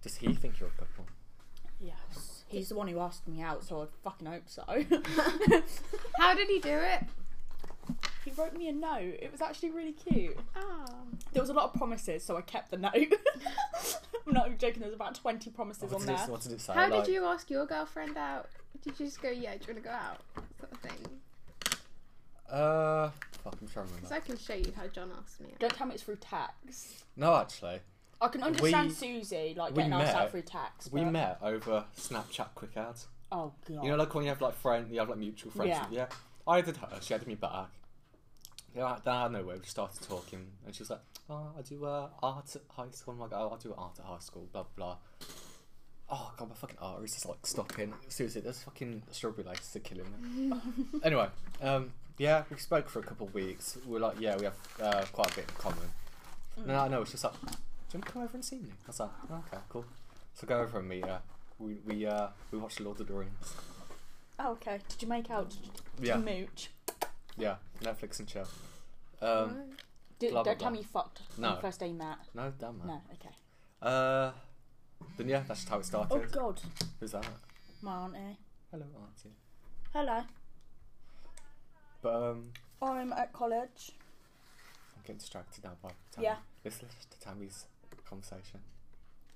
[SPEAKER 1] Does he think you're a couple?
[SPEAKER 3] Yes. He's the one who asked me out, so I fucking hope so.
[SPEAKER 2] How did he do it?
[SPEAKER 3] he wrote me a note. It was actually really cute.
[SPEAKER 2] Oh.
[SPEAKER 3] There was a lot of promises, so I kept the note. I'm not even joking. There's about 20 promises
[SPEAKER 1] What
[SPEAKER 3] on
[SPEAKER 1] did,
[SPEAKER 3] there.
[SPEAKER 1] it, what did it say?
[SPEAKER 2] How
[SPEAKER 1] like,
[SPEAKER 2] did you ask your girlfriend out? Did you just go, yeah, do you want to go out? Sort of thing.
[SPEAKER 1] Uh, fuck, I'm trying to
[SPEAKER 2] Because
[SPEAKER 1] remember.
[SPEAKER 2] I can show you how John asked me out.
[SPEAKER 3] Don't tell me it's through tax.
[SPEAKER 1] No, actually,
[SPEAKER 3] I can understand
[SPEAKER 1] We-
[SPEAKER 3] Susie like
[SPEAKER 1] we
[SPEAKER 3] getting asked
[SPEAKER 1] met.
[SPEAKER 3] out through tax.
[SPEAKER 1] we
[SPEAKER 3] but-
[SPEAKER 1] met over Snapchat quick ads.
[SPEAKER 3] Oh god.
[SPEAKER 1] You know, like when you have like friend, you have like mutual friends.
[SPEAKER 3] Yeah.
[SPEAKER 1] yeah. I did her. She added me back. Yeah, then out of nowhere, we just started talking, and she was like, "Oh, I do uh, art at high school." I'm like, "Oh, I do art at high school." Blah blah. Oh god, my fucking art is just like stopping. Seriously, those fucking strawberry laces are killing me. anyway, um, yeah, we spoke for a couple of weeks. We were like, "Yeah, we have uh, quite a bit in common." No, I know. It's just like, "Do you want to come over and see me?" I was like, "Oh, "Okay, cool." So go over and meet her. We we uh we watched Lord of the Rings.
[SPEAKER 3] Oh, okay. Did you make out? Did you, did
[SPEAKER 1] Yeah.
[SPEAKER 3] you mooch?
[SPEAKER 1] Yeah, Netflix and chill. Um,
[SPEAKER 2] Right.
[SPEAKER 3] Did,
[SPEAKER 1] Blah, blah,
[SPEAKER 3] don't tell
[SPEAKER 1] blah.
[SPEAKER 3] me you fucked
[SPEAKER 1] No.
[SPEAKER 3] on the first day you met.
[SPEAKER 1] no, damn man.
[SPEAKER 3] No, okay.
[SPEAKER 1] Uh, then yeah, that's just how it started.
[SPEAKER 3] Oh god,
[SPEAKER 1] Who's that?
[SPEAKER 3] my auntie.
[SPEAKER 1] Hello, auntie.
[SPEAKER 3] Hello.
[SPEAKER 1] But um,
[SPEAKER 3] I'm at college.
[SPEAKER 1] I'm getting distracted now by Tammy.
[SPEAKER 3] Yeah.
[SPEAKER 1] Let's listen to Tammy's conversation.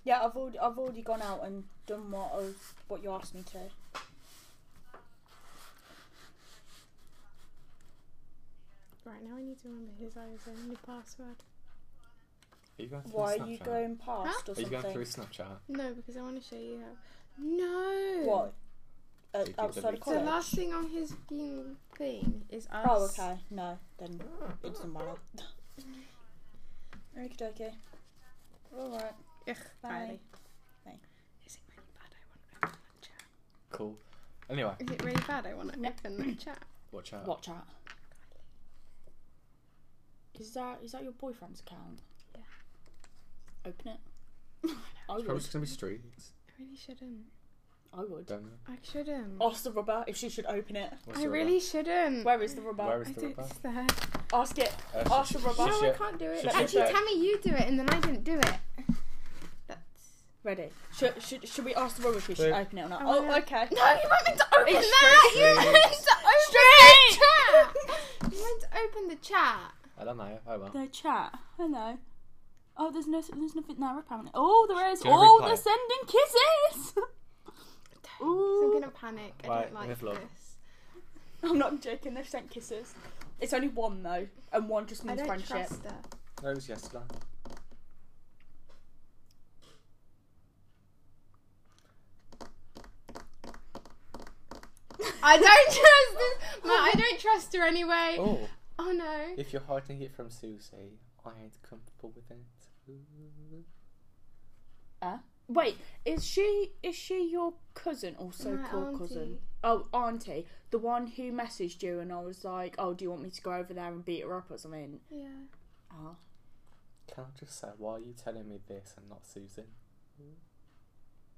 [SPEAKER 3] Yeah, I've already I've already gone out and done what I was, what you asked me to.
[SPEAKER 2] Right now, I need to remember his eyes and the password.
[SPEAKER 1] Are you going through
[SPEAKER 3] Why
[SPEAKER 1] Snapchat?
[SPEAKER 3] are you going past or
[SPEAKER 1] Are you
[SPEAKER 3] something?
[SPEAKER 1] going through Snapchat?
[SPEAKER 2] No, because I want to show you how. No.
[SPEAKER 3] what? Uh,
[SPEAKER 1] You keep
[SPEAKER 3] outside of
[SPEAKER 1] deleting.
[SPEAKER 2] The
[SPEAKER 3] college.
[SPEAKER 2] last thing on his fucking thing is us.
[SPEAKER 3] Oh, okay. No, then
[SPEAKER 1] Ah.
[SPEAKER 3] it doesn't matter. Okie dokie. All right.
[SPEAKER 2] Ugh,
[SPEAKER 3] Bye.
[SPEAKER 2] Kylie.
[SPEAKER 3] Bye.
[SPEAKER 2] Is it really bad? I want to open that chat.
[SPEAKER 1] Cool. Anyway,
[SPEAKER 2] Is it really bad? I want to
[SPEAKER 3] No.
[SPEAKER 2] open that chat.
[SPEAKER 1] watch out.
[SPEAKER 3] Watch out. Is that is that your boyfriend's account?
[SPEAKER 2] Yeah.
[SPEAKER 3] Open it. I
[SPEAKER 1] It's probably
[SPEAKER 3] would.
[SPEAKER 1] just gonna be streets.
[SPEAKER 2] I really shouldn't.
[SPEAKER 3] I would.
[SPEAKER 1] Don't know.
[SPEAKER 2] I shouldn't.
[SPEAKER 3] Ask the rubber if she should open it.
[SPEAKER 1] What's
[SPEAKER 2] I
[SPEAKER 1] the rubber?
[SPEAKER 2] really shouldn't.
[SPEAKER 3] Oh, Where is the rubber?
[SPEAKER 1] Where is
[SPEAKER 2] I
[SPEAKER 1] the
[SPEAKER 2] don't,
[SPEAKER 1] rubber?
[SPEAKER 2] it's there.
[SPEAKER 3] Ask it.
[SPEAKER 1] Uh,
[SPEAKER 3] Ask
[SPEAKER 1] sh-
[SPEAKER 3] the
[SPEAKER 1] sh-
[SPEAKER 3] rubber.
[SPEAKER 1] sh-
[SPEAKER 2] No, I
[SPEAKER 1] shit.
[SPEAKER 2] can't do it.
[SPEAKER 1] Shit,
[SPEAKER 2] Actually,
[SPEAKER 3] shit.
[SPEAKER 2] Tammy, you do it, and then I didn't do it. That's...
[SPEAKER 3] Ready. Should, should, should we ask the rubber if we should
[SPEAKER 1] Wait.
[SPEAKER 3] open it or not?
[SPEAKER 2] Oh,
[SPEAKER 3] Oh,
[SPEAKER 2] yeah.
[SPEAKER 3] okay.
[SPEAKER 2] No, you want me to open
[SPEAKER 3] It's
[SPEAKER 2] that? You want me to open the chat? You want to open the chat?
[SPEAKER 1] I don't know. Oh well.
[SPEAKER 3] The chat. Hello. Oh, there's no, there's nothing there apparently. Oh, there is.
[SPEAKER 1] Do you wanna
[SPEAKER 3] Oh,
[SPEAKER 1] reply?
[SPEAKER 3] they're sending kisses.
[SPEAKER 2] So I'm
[SPEAKER 3] Ooh.
[SPEAKER 2] gonna panic. I
[SPEAKER 1] Right,
[SPEAKER 2] don't like
[SPEAKER 1] with
[SPEAKER 2] this.
[SPEAKER 1] love.
[SPEAKER 3] I'm not joking. They've sent kisses. It's only one though, and one just
[SPEAKER 2] I
[SPEAKER 3] means
[SPEAKER 2] don't
[SPEAKER 3] friendship.
[SPEAKER 2] trust her.
[SPEAKER 1] That was yesterday.
[SPEAKER 2] I don't trust this. Ma, I don't trust her anyway. Oh,
[SPEAKER 1] Oh,
[SPEAKER 2] no.
[SPEAKER 1] if you're hiding it from Susie, I ain't comfortable with it. Ooh.
[SPEAKER 3] Wait, is she is she your cousin or so
[SPEAKER 2] My
[SPEAKER 3] called cousin? Oh, auntie, the one who messaged you and I was like, oh, do you want me to go over there and beat her up or something?
[SPEAKER 2] Yeah.
[SPEAKER 3] Oh,
[SPEAKER 1] Can I just say, why are you telling me this and not Susan?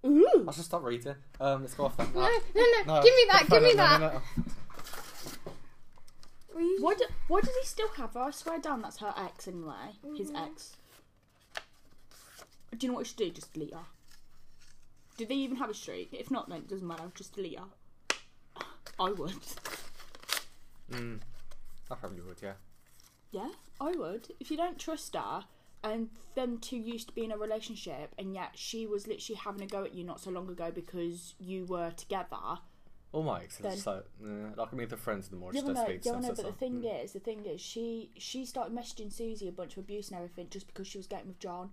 [SPEAKER 3] ooh,
[SPEAKER 1] I'll just stop reading. Um, let's go off that.
[SPEAKER 2] No, no, no. give me that.
[SPEAKER 1] no,
[SPEAKER 2] Give me
[SPEAKER 1] no,
[SPEAKER 2] that.
[SPEAKER 1] no, no.
[SPEAKER 2] Will you-
[SPEAKER 3] what? Do, what does he still have? her? I swear down, that's her ex anyway. His
[SPEAKER 2] Mhm.
[SPEAKER 3] ex. Do you know what we should do? Just delete her. Do they even have a streak? If not, then it doesn't matter. Just delete her. I would.
[SPEAKER 1] Mm, I probably would, yeah.
[SPEAKER 3] Yeah, I would. If you don't trust her and them two used to be in a relationship and yet she was literally having a go at you not so long ago because you were together.
[SPEAKER 1] All Oh my exes,
[SPEAKER 3] Then-
[SPEAKER 1] just like, nah, like I meet the friends the more,
[SPEAKER 3] Yeah,
[SPEAKER 1] just
[SPEAKER 3] but
[SPEAKER 1] don't
[SPEAKER 3] no,
[SPEAKER 1] speak
[SPEAKER 3] yeah,
[SPEAKER 1] to
[SPEAKER 3] but
[SPEAKER 1] them.
[SPEAKER 3] no,
[SPEAKER 1] so
[SPEAKER 3] but the
[SPEAKER 1] it's like,
[SPEAKER 3] thing
[SPEAKER 1] mm.
[SPEAKER 3] is, the thing is, she she started messaging Susie a bunch of abuse and everything just because she was getting with John.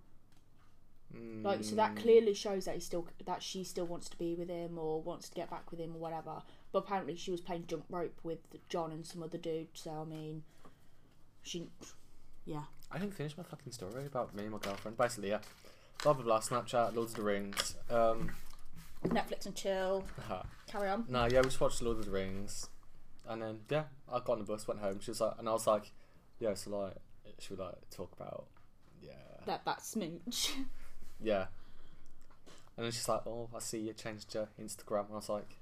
[SPEAKER 3] Like, so that clearly shows that he still that she still wants to be with him or wants to get back with him or whatever. But apparently she was playing jump rope with John and some other dude. So I mean, she, yeah.
[SPEAKER 1] I didn't finish my fucking story about me and my girlfriend. Basically, yeah. Blah blah blah. Snapchat, Lord of the Rings. Um,
[SPEAKER 3] Netflix and chill. Carry on.
[SPEAKER 1] no, yeah, we just watched Lord of the Rings, and then yeah, I got on the bus, went home. She was like, and I was like, yeah, so like, should we like talk about, yeah,
[SPEAKER 3] That that smooch.
[SPEAKER 1] yeah. And then she's like, oh, I see you changed your Instagram. And I was like,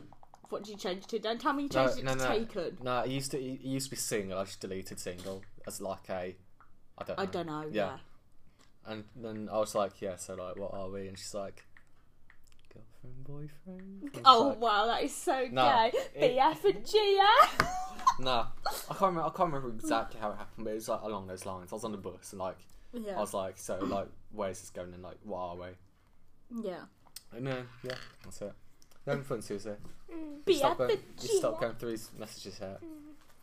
[SPEAKER 3] What did you change it to? Don't tell me you
[SPEAKER 1] No,
[SPEAKER 3] changed
[SPEAKER 1] no,
[SPEAKER 3] it to
[SPEAKER 1] no.
[SPEAKER 3] taken.
[SPEAKER 1] no, it used to it used to be single. I just deleted single as like a, I don't. Know.
[SPEAKER 3] I don't know. Yeah.
[SPEAKER 1] Yeah. And then I was like, yeah, so like, what are we? And she's like, girlfriend, boyfriend. And I was
[SPEAKER 3] Oh
[SPEAKER 1] like,
[SPEAKER 3] wow, that is so
[SPEAKER 1] No,
[SPEAKER 3] gay.
[SPEAKER 1] it-
[SPEAKER 3] BF and GF.
[SPEAKER 1] No, I can't remember. I can't remember exactly how it happened, but it was like along those lines. I was on the bus and like
[SPEAKER 3] Yeah.
[SPEAKER 1] I was like, so like, where's this going? And like, what are we?
[SPEAKER 3] yeah.
[SPEAKER 1] And then yeah, that's it. You're having fun, Susie. You
[SPEAKER 3] BF
[SPEAKER 1] stop going,
[SPEAKER 3] and
[SPEAKER 1] you stop
[SPEAKER 3] GF.
[SPEAKER 1] going through these messages here.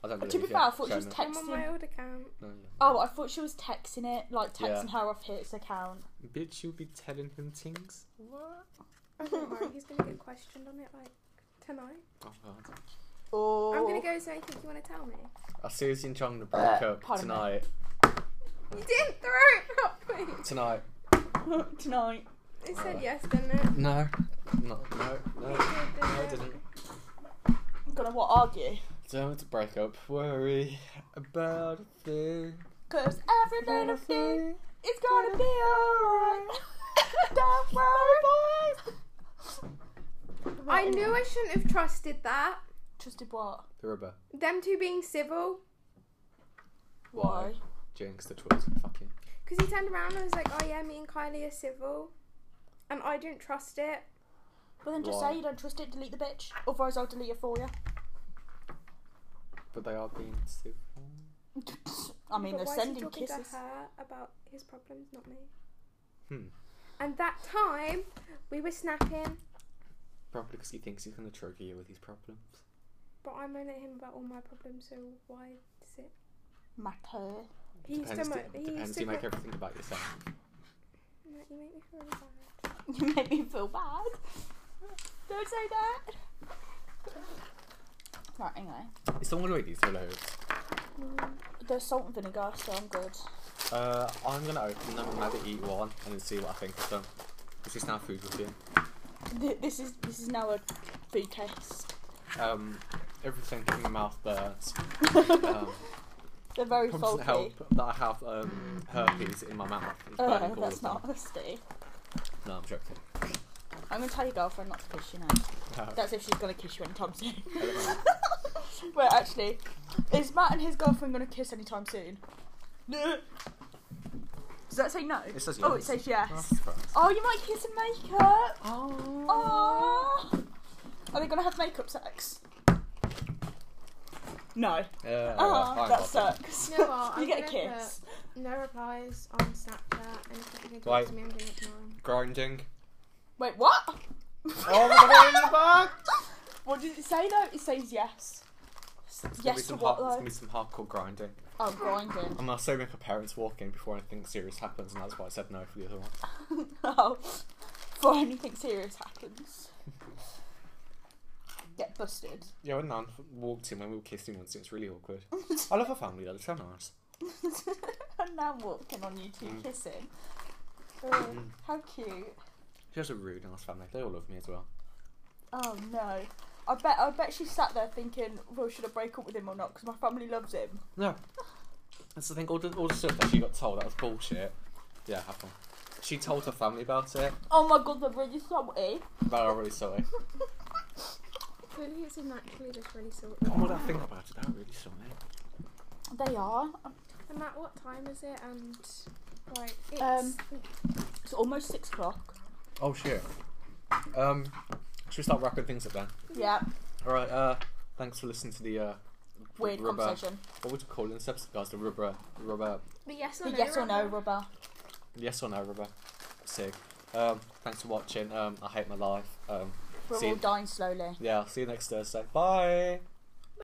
[SPEAKER 1] I don't believe
[SPEAKER 3] To be
[SPEAKER 1] you.
[SPEAKER 3] fair, I thought she
[SPEAKER 1] Shame
[SPEAKER 3] was
[SPEAKER 1] them.
[SPEAKER 2] I'm on my
[SPEAKER 3] texting.
[SPEAKER 2] old account.
[SPEAKER 1] No, no.
[SPEAKER 3] Oh, I thought she was texting it, like
[SPEAKER 1] Yeah.
[SPEAKER 3] texting her off his account.
[SPEAKER 1] Bitch, you be telling him things.
[SPEAKER 3] What?
[SPEAKER 2] Oh, don't worry, he's going to get questioned on it like tonight.
[SPEAKER 1] Oh, God.
[SPEAKER 3] Oh.
[SPEAKER 2] I'm going to go, so anything you want to tell me?
[SPEAKER 1] Are Susie and Chong to break up
[SPEAKER 3] Uh, pardon me.
[SPEAKER 1] tonight?
[SPEAKER 2] You didn't throw it properly.
[SPEAKER 1] Tonight?
[SPEAKER 3] go tonight.
[SPEAKER 2] It said yes, didn't it?
[SPEAKER 1] No, no, no, no. No, I
[SPEAKER 2] It did, didn't
[SPEAKER 1] didn't.
[SPEAKER 2] it?
[SPEAKER 3] Gonna what argue?
[SPEAKER 1] Don't break up. Worry about a thing.
[SPEAKER 3] Cause every little thing is gonna be alright. Don't worry, boys.
[SPEAKER 2] I knew I shouldn't have trusted that.
[SPEAKER 3] Trusted what?
[SPEAKER 1] The rubber.
[SPEAKER 2] Them two being civil.
[SPEAKER 3] Why?
[SPEAKER 1] Jinx, the twins. Fucking.
[SPEAKER 2] Because he turned around and was like, oh yeah, me and Kylie are civil. And I didn't trust it.
[SPEAKER 3] But then just
[SPEAKER 1] Why?
[SPEAKER 3] say you don't trust it, delete the bitch. Otherwise, I'll delete it for you.
[SPEAKER 1] But they are being civil.
[SPEAKER 3] I mean,
[SPEAKER 2] but
[SPEAKER 3] they're
[SPEAKER 2] why is he
[SPEAKER 3] sending
[SPEAKER 2] talking
[SPEAKER 3] kisses.
[SPEAKER 2] to her about his problems, not me?
[SPEAKER 1] Hmm.
[SPEAKER 2] And that time, we were snapping,
[SPEAKER 1] Probably because he thinks he's going to trigger you with his problems.
[SPEAKER 2] but I'm moaning at him about all my problems, so why does it?
[SPEAKER 3] Matter.
[SPEAKER 2] He used to
[SPEAKER 1] Depends,
[SPEAKER 2] mo-
[SPEAKER 1] do-
[SPEAKER 2] he used
[SPEAKER 1] depends.
[SPEAKER 2] to
[SPEAKER 1] You make
[SPEAKER 2] mo-
[SPEAKER 1] everything about yourself.
[SPEAKER 2] Matt, you make me feel really bad.
[SPEAKER 3] You make me feel bad. Don't say that. Right, anyway.
[SPEAKER 1] Is someone going to eat these for loads?
[SPEAKER 3] There's salt and vinegar, so I'm good.
[SPEAKER 1] Uh, I'm going to open them and maybe eat one and then see what I think of them. This is now food review.
[SPEAKER 3] Th- This is this is now a food taste.
[SPEAKER 1] Um, everything in my mouth burns. Um,
[SPEAKER 3] They're very
[SPEAKER 1] probably
[SPEAKER 3] faulty.
[SPEAKER 1] doesn't help that I have um, herpes in my mouth. It's burning
[SPEAKER 3] Uh,
[SPEAKER 1] all
[SPEAKER 3] that's
[SPEAKER 1] of them.
[SPEAKER 3] not honesty.
[SPEAKER 1] No, I'm joking.
[SPEAKER 3] I'm gonna tell your girlfriend not to kiss you now.
[SPEAKER 1] Uh,
[SPEAKER 3] That's if she's gonna kiss you anytime soon. Wait, actually, is Matt and his girlfriend gonna kiss anytime soon? No. Does that say no?
[SPEAKER 1] It says
[SPEAKER 3] Oh, it
[SPEAKER 1] yes.
[SPEAKER 3] says yes.
[SPEAKER 1] Oh,
[SPEAKER 3] Oh, you might kiss and make up.
[SPEAKER 1] Oh.
[SPEAKER 3] Aww. Are they gonna have makeup sex? No.
[SPEAKER 1] Yeah,
[SPEAKER 3] Ah,
[SPEAKER 1] I'm
[SPEAKER 3] that
[SPEAKER 1] bothered.
[SPEAKER 3] sucks.
[SPEAKER 2] You know what,
[SPEAKER 3] you
[SPEAKER 2] I'm
[SPEAKER 3] get a
[SPEAKER 2] gonna
[SPEAKER 3] kiss.
[SPEAKER 2] No replies on Snapchat, and if you're
[SPEAKER 1] Right.
[SPEAKER 2] talk to me, I'm going to ignore him.
[SPEAKER 1] Grinding.
[SPEAKER 3] Wait, what?
[SPEAKER 1] Oh, we're gonna in the back.
[SPEAKER 3] What did it say though? It says yes. S- Yes to what
[SPEAKER 1] hard, It's
[SPEAKER 3] though?
[SPEAKER 1] gonna be some hardcore grinding.
[SPEAKER 3] Oh, grinding.
[SPEAKER 1] I'm also make her parents walk in before anything serious happens, and that's why I said no for the other one.
[SPEAKER 3] oh, before anything serious happens. Get busted.
[SPEAKER 1] Yeah, when Nan walked in when we were kissing once, it's really awkward. I love her family though; it's so nice.
[SPEAKER 3] and now walking on you two
[SPEAKER 1] Mm.
[SPEAKER 3] kissing. Oh,
[SPEAKER 1] Mm.
[SPEAKER 3] how cute.
[SPEAKER 1] She has a really nice family. They all love me as well.
[SPEAKER 3] Oh no. I bet I bet she sat there thinking, well, should I break up with him or not? Because my family loves him.
[SPEAKER 1] No, that's the thing. All the all the stuff that she got told that was bullshit. Yeah, happened. She told her family about it,
[SPEAKER 3] Oh my god, they're really salty.
[SPEAKER 1] but I really sorry.
[SPEAKER 2] Clearly, it's naturally just really sort
[SPEAKER 1] What I think about it, that really sorry.
[SPEAKER 3] They are.
[SPEAKER 2] And Matt, what time is it? And like, it's
[SPEAKER 3] Um, It's almost six o'clock.
[SPEAKER 1] Oh shit. Um, should we start wrapping things up then?
[SPEAKER 3] Yeah,
[SPEAKER 1] All right. Uh, thanks for listening to the uh,
[SPEAKER 3] weird
[SPEAKER 1] rubber.
[SPEAKER 3] conversation.
[SPEAKER 1] What would you call it in steps, guys? The rubber, rubber,
[SPEAKER 2] the yes or
[SPEAKER 3] The
[SPEAKER 2] no.
[SPEAKER 3] yes or no
[SPEAKER 2] round.
[SPEAKER 3] rubber.
[SPEAKER 1] yes or no rubber. Sig. Um, thanks for watching. Um, I hate my life. Um,
[SPEAKER 3] We're
[SPEAKER 1] See
[SPEAKER 3] all
[SPEAKER 1] you-
[SPEAKER 3] dying slowly.
[SPEAKER 1] yeah. I'll see you next Thursday. Bye.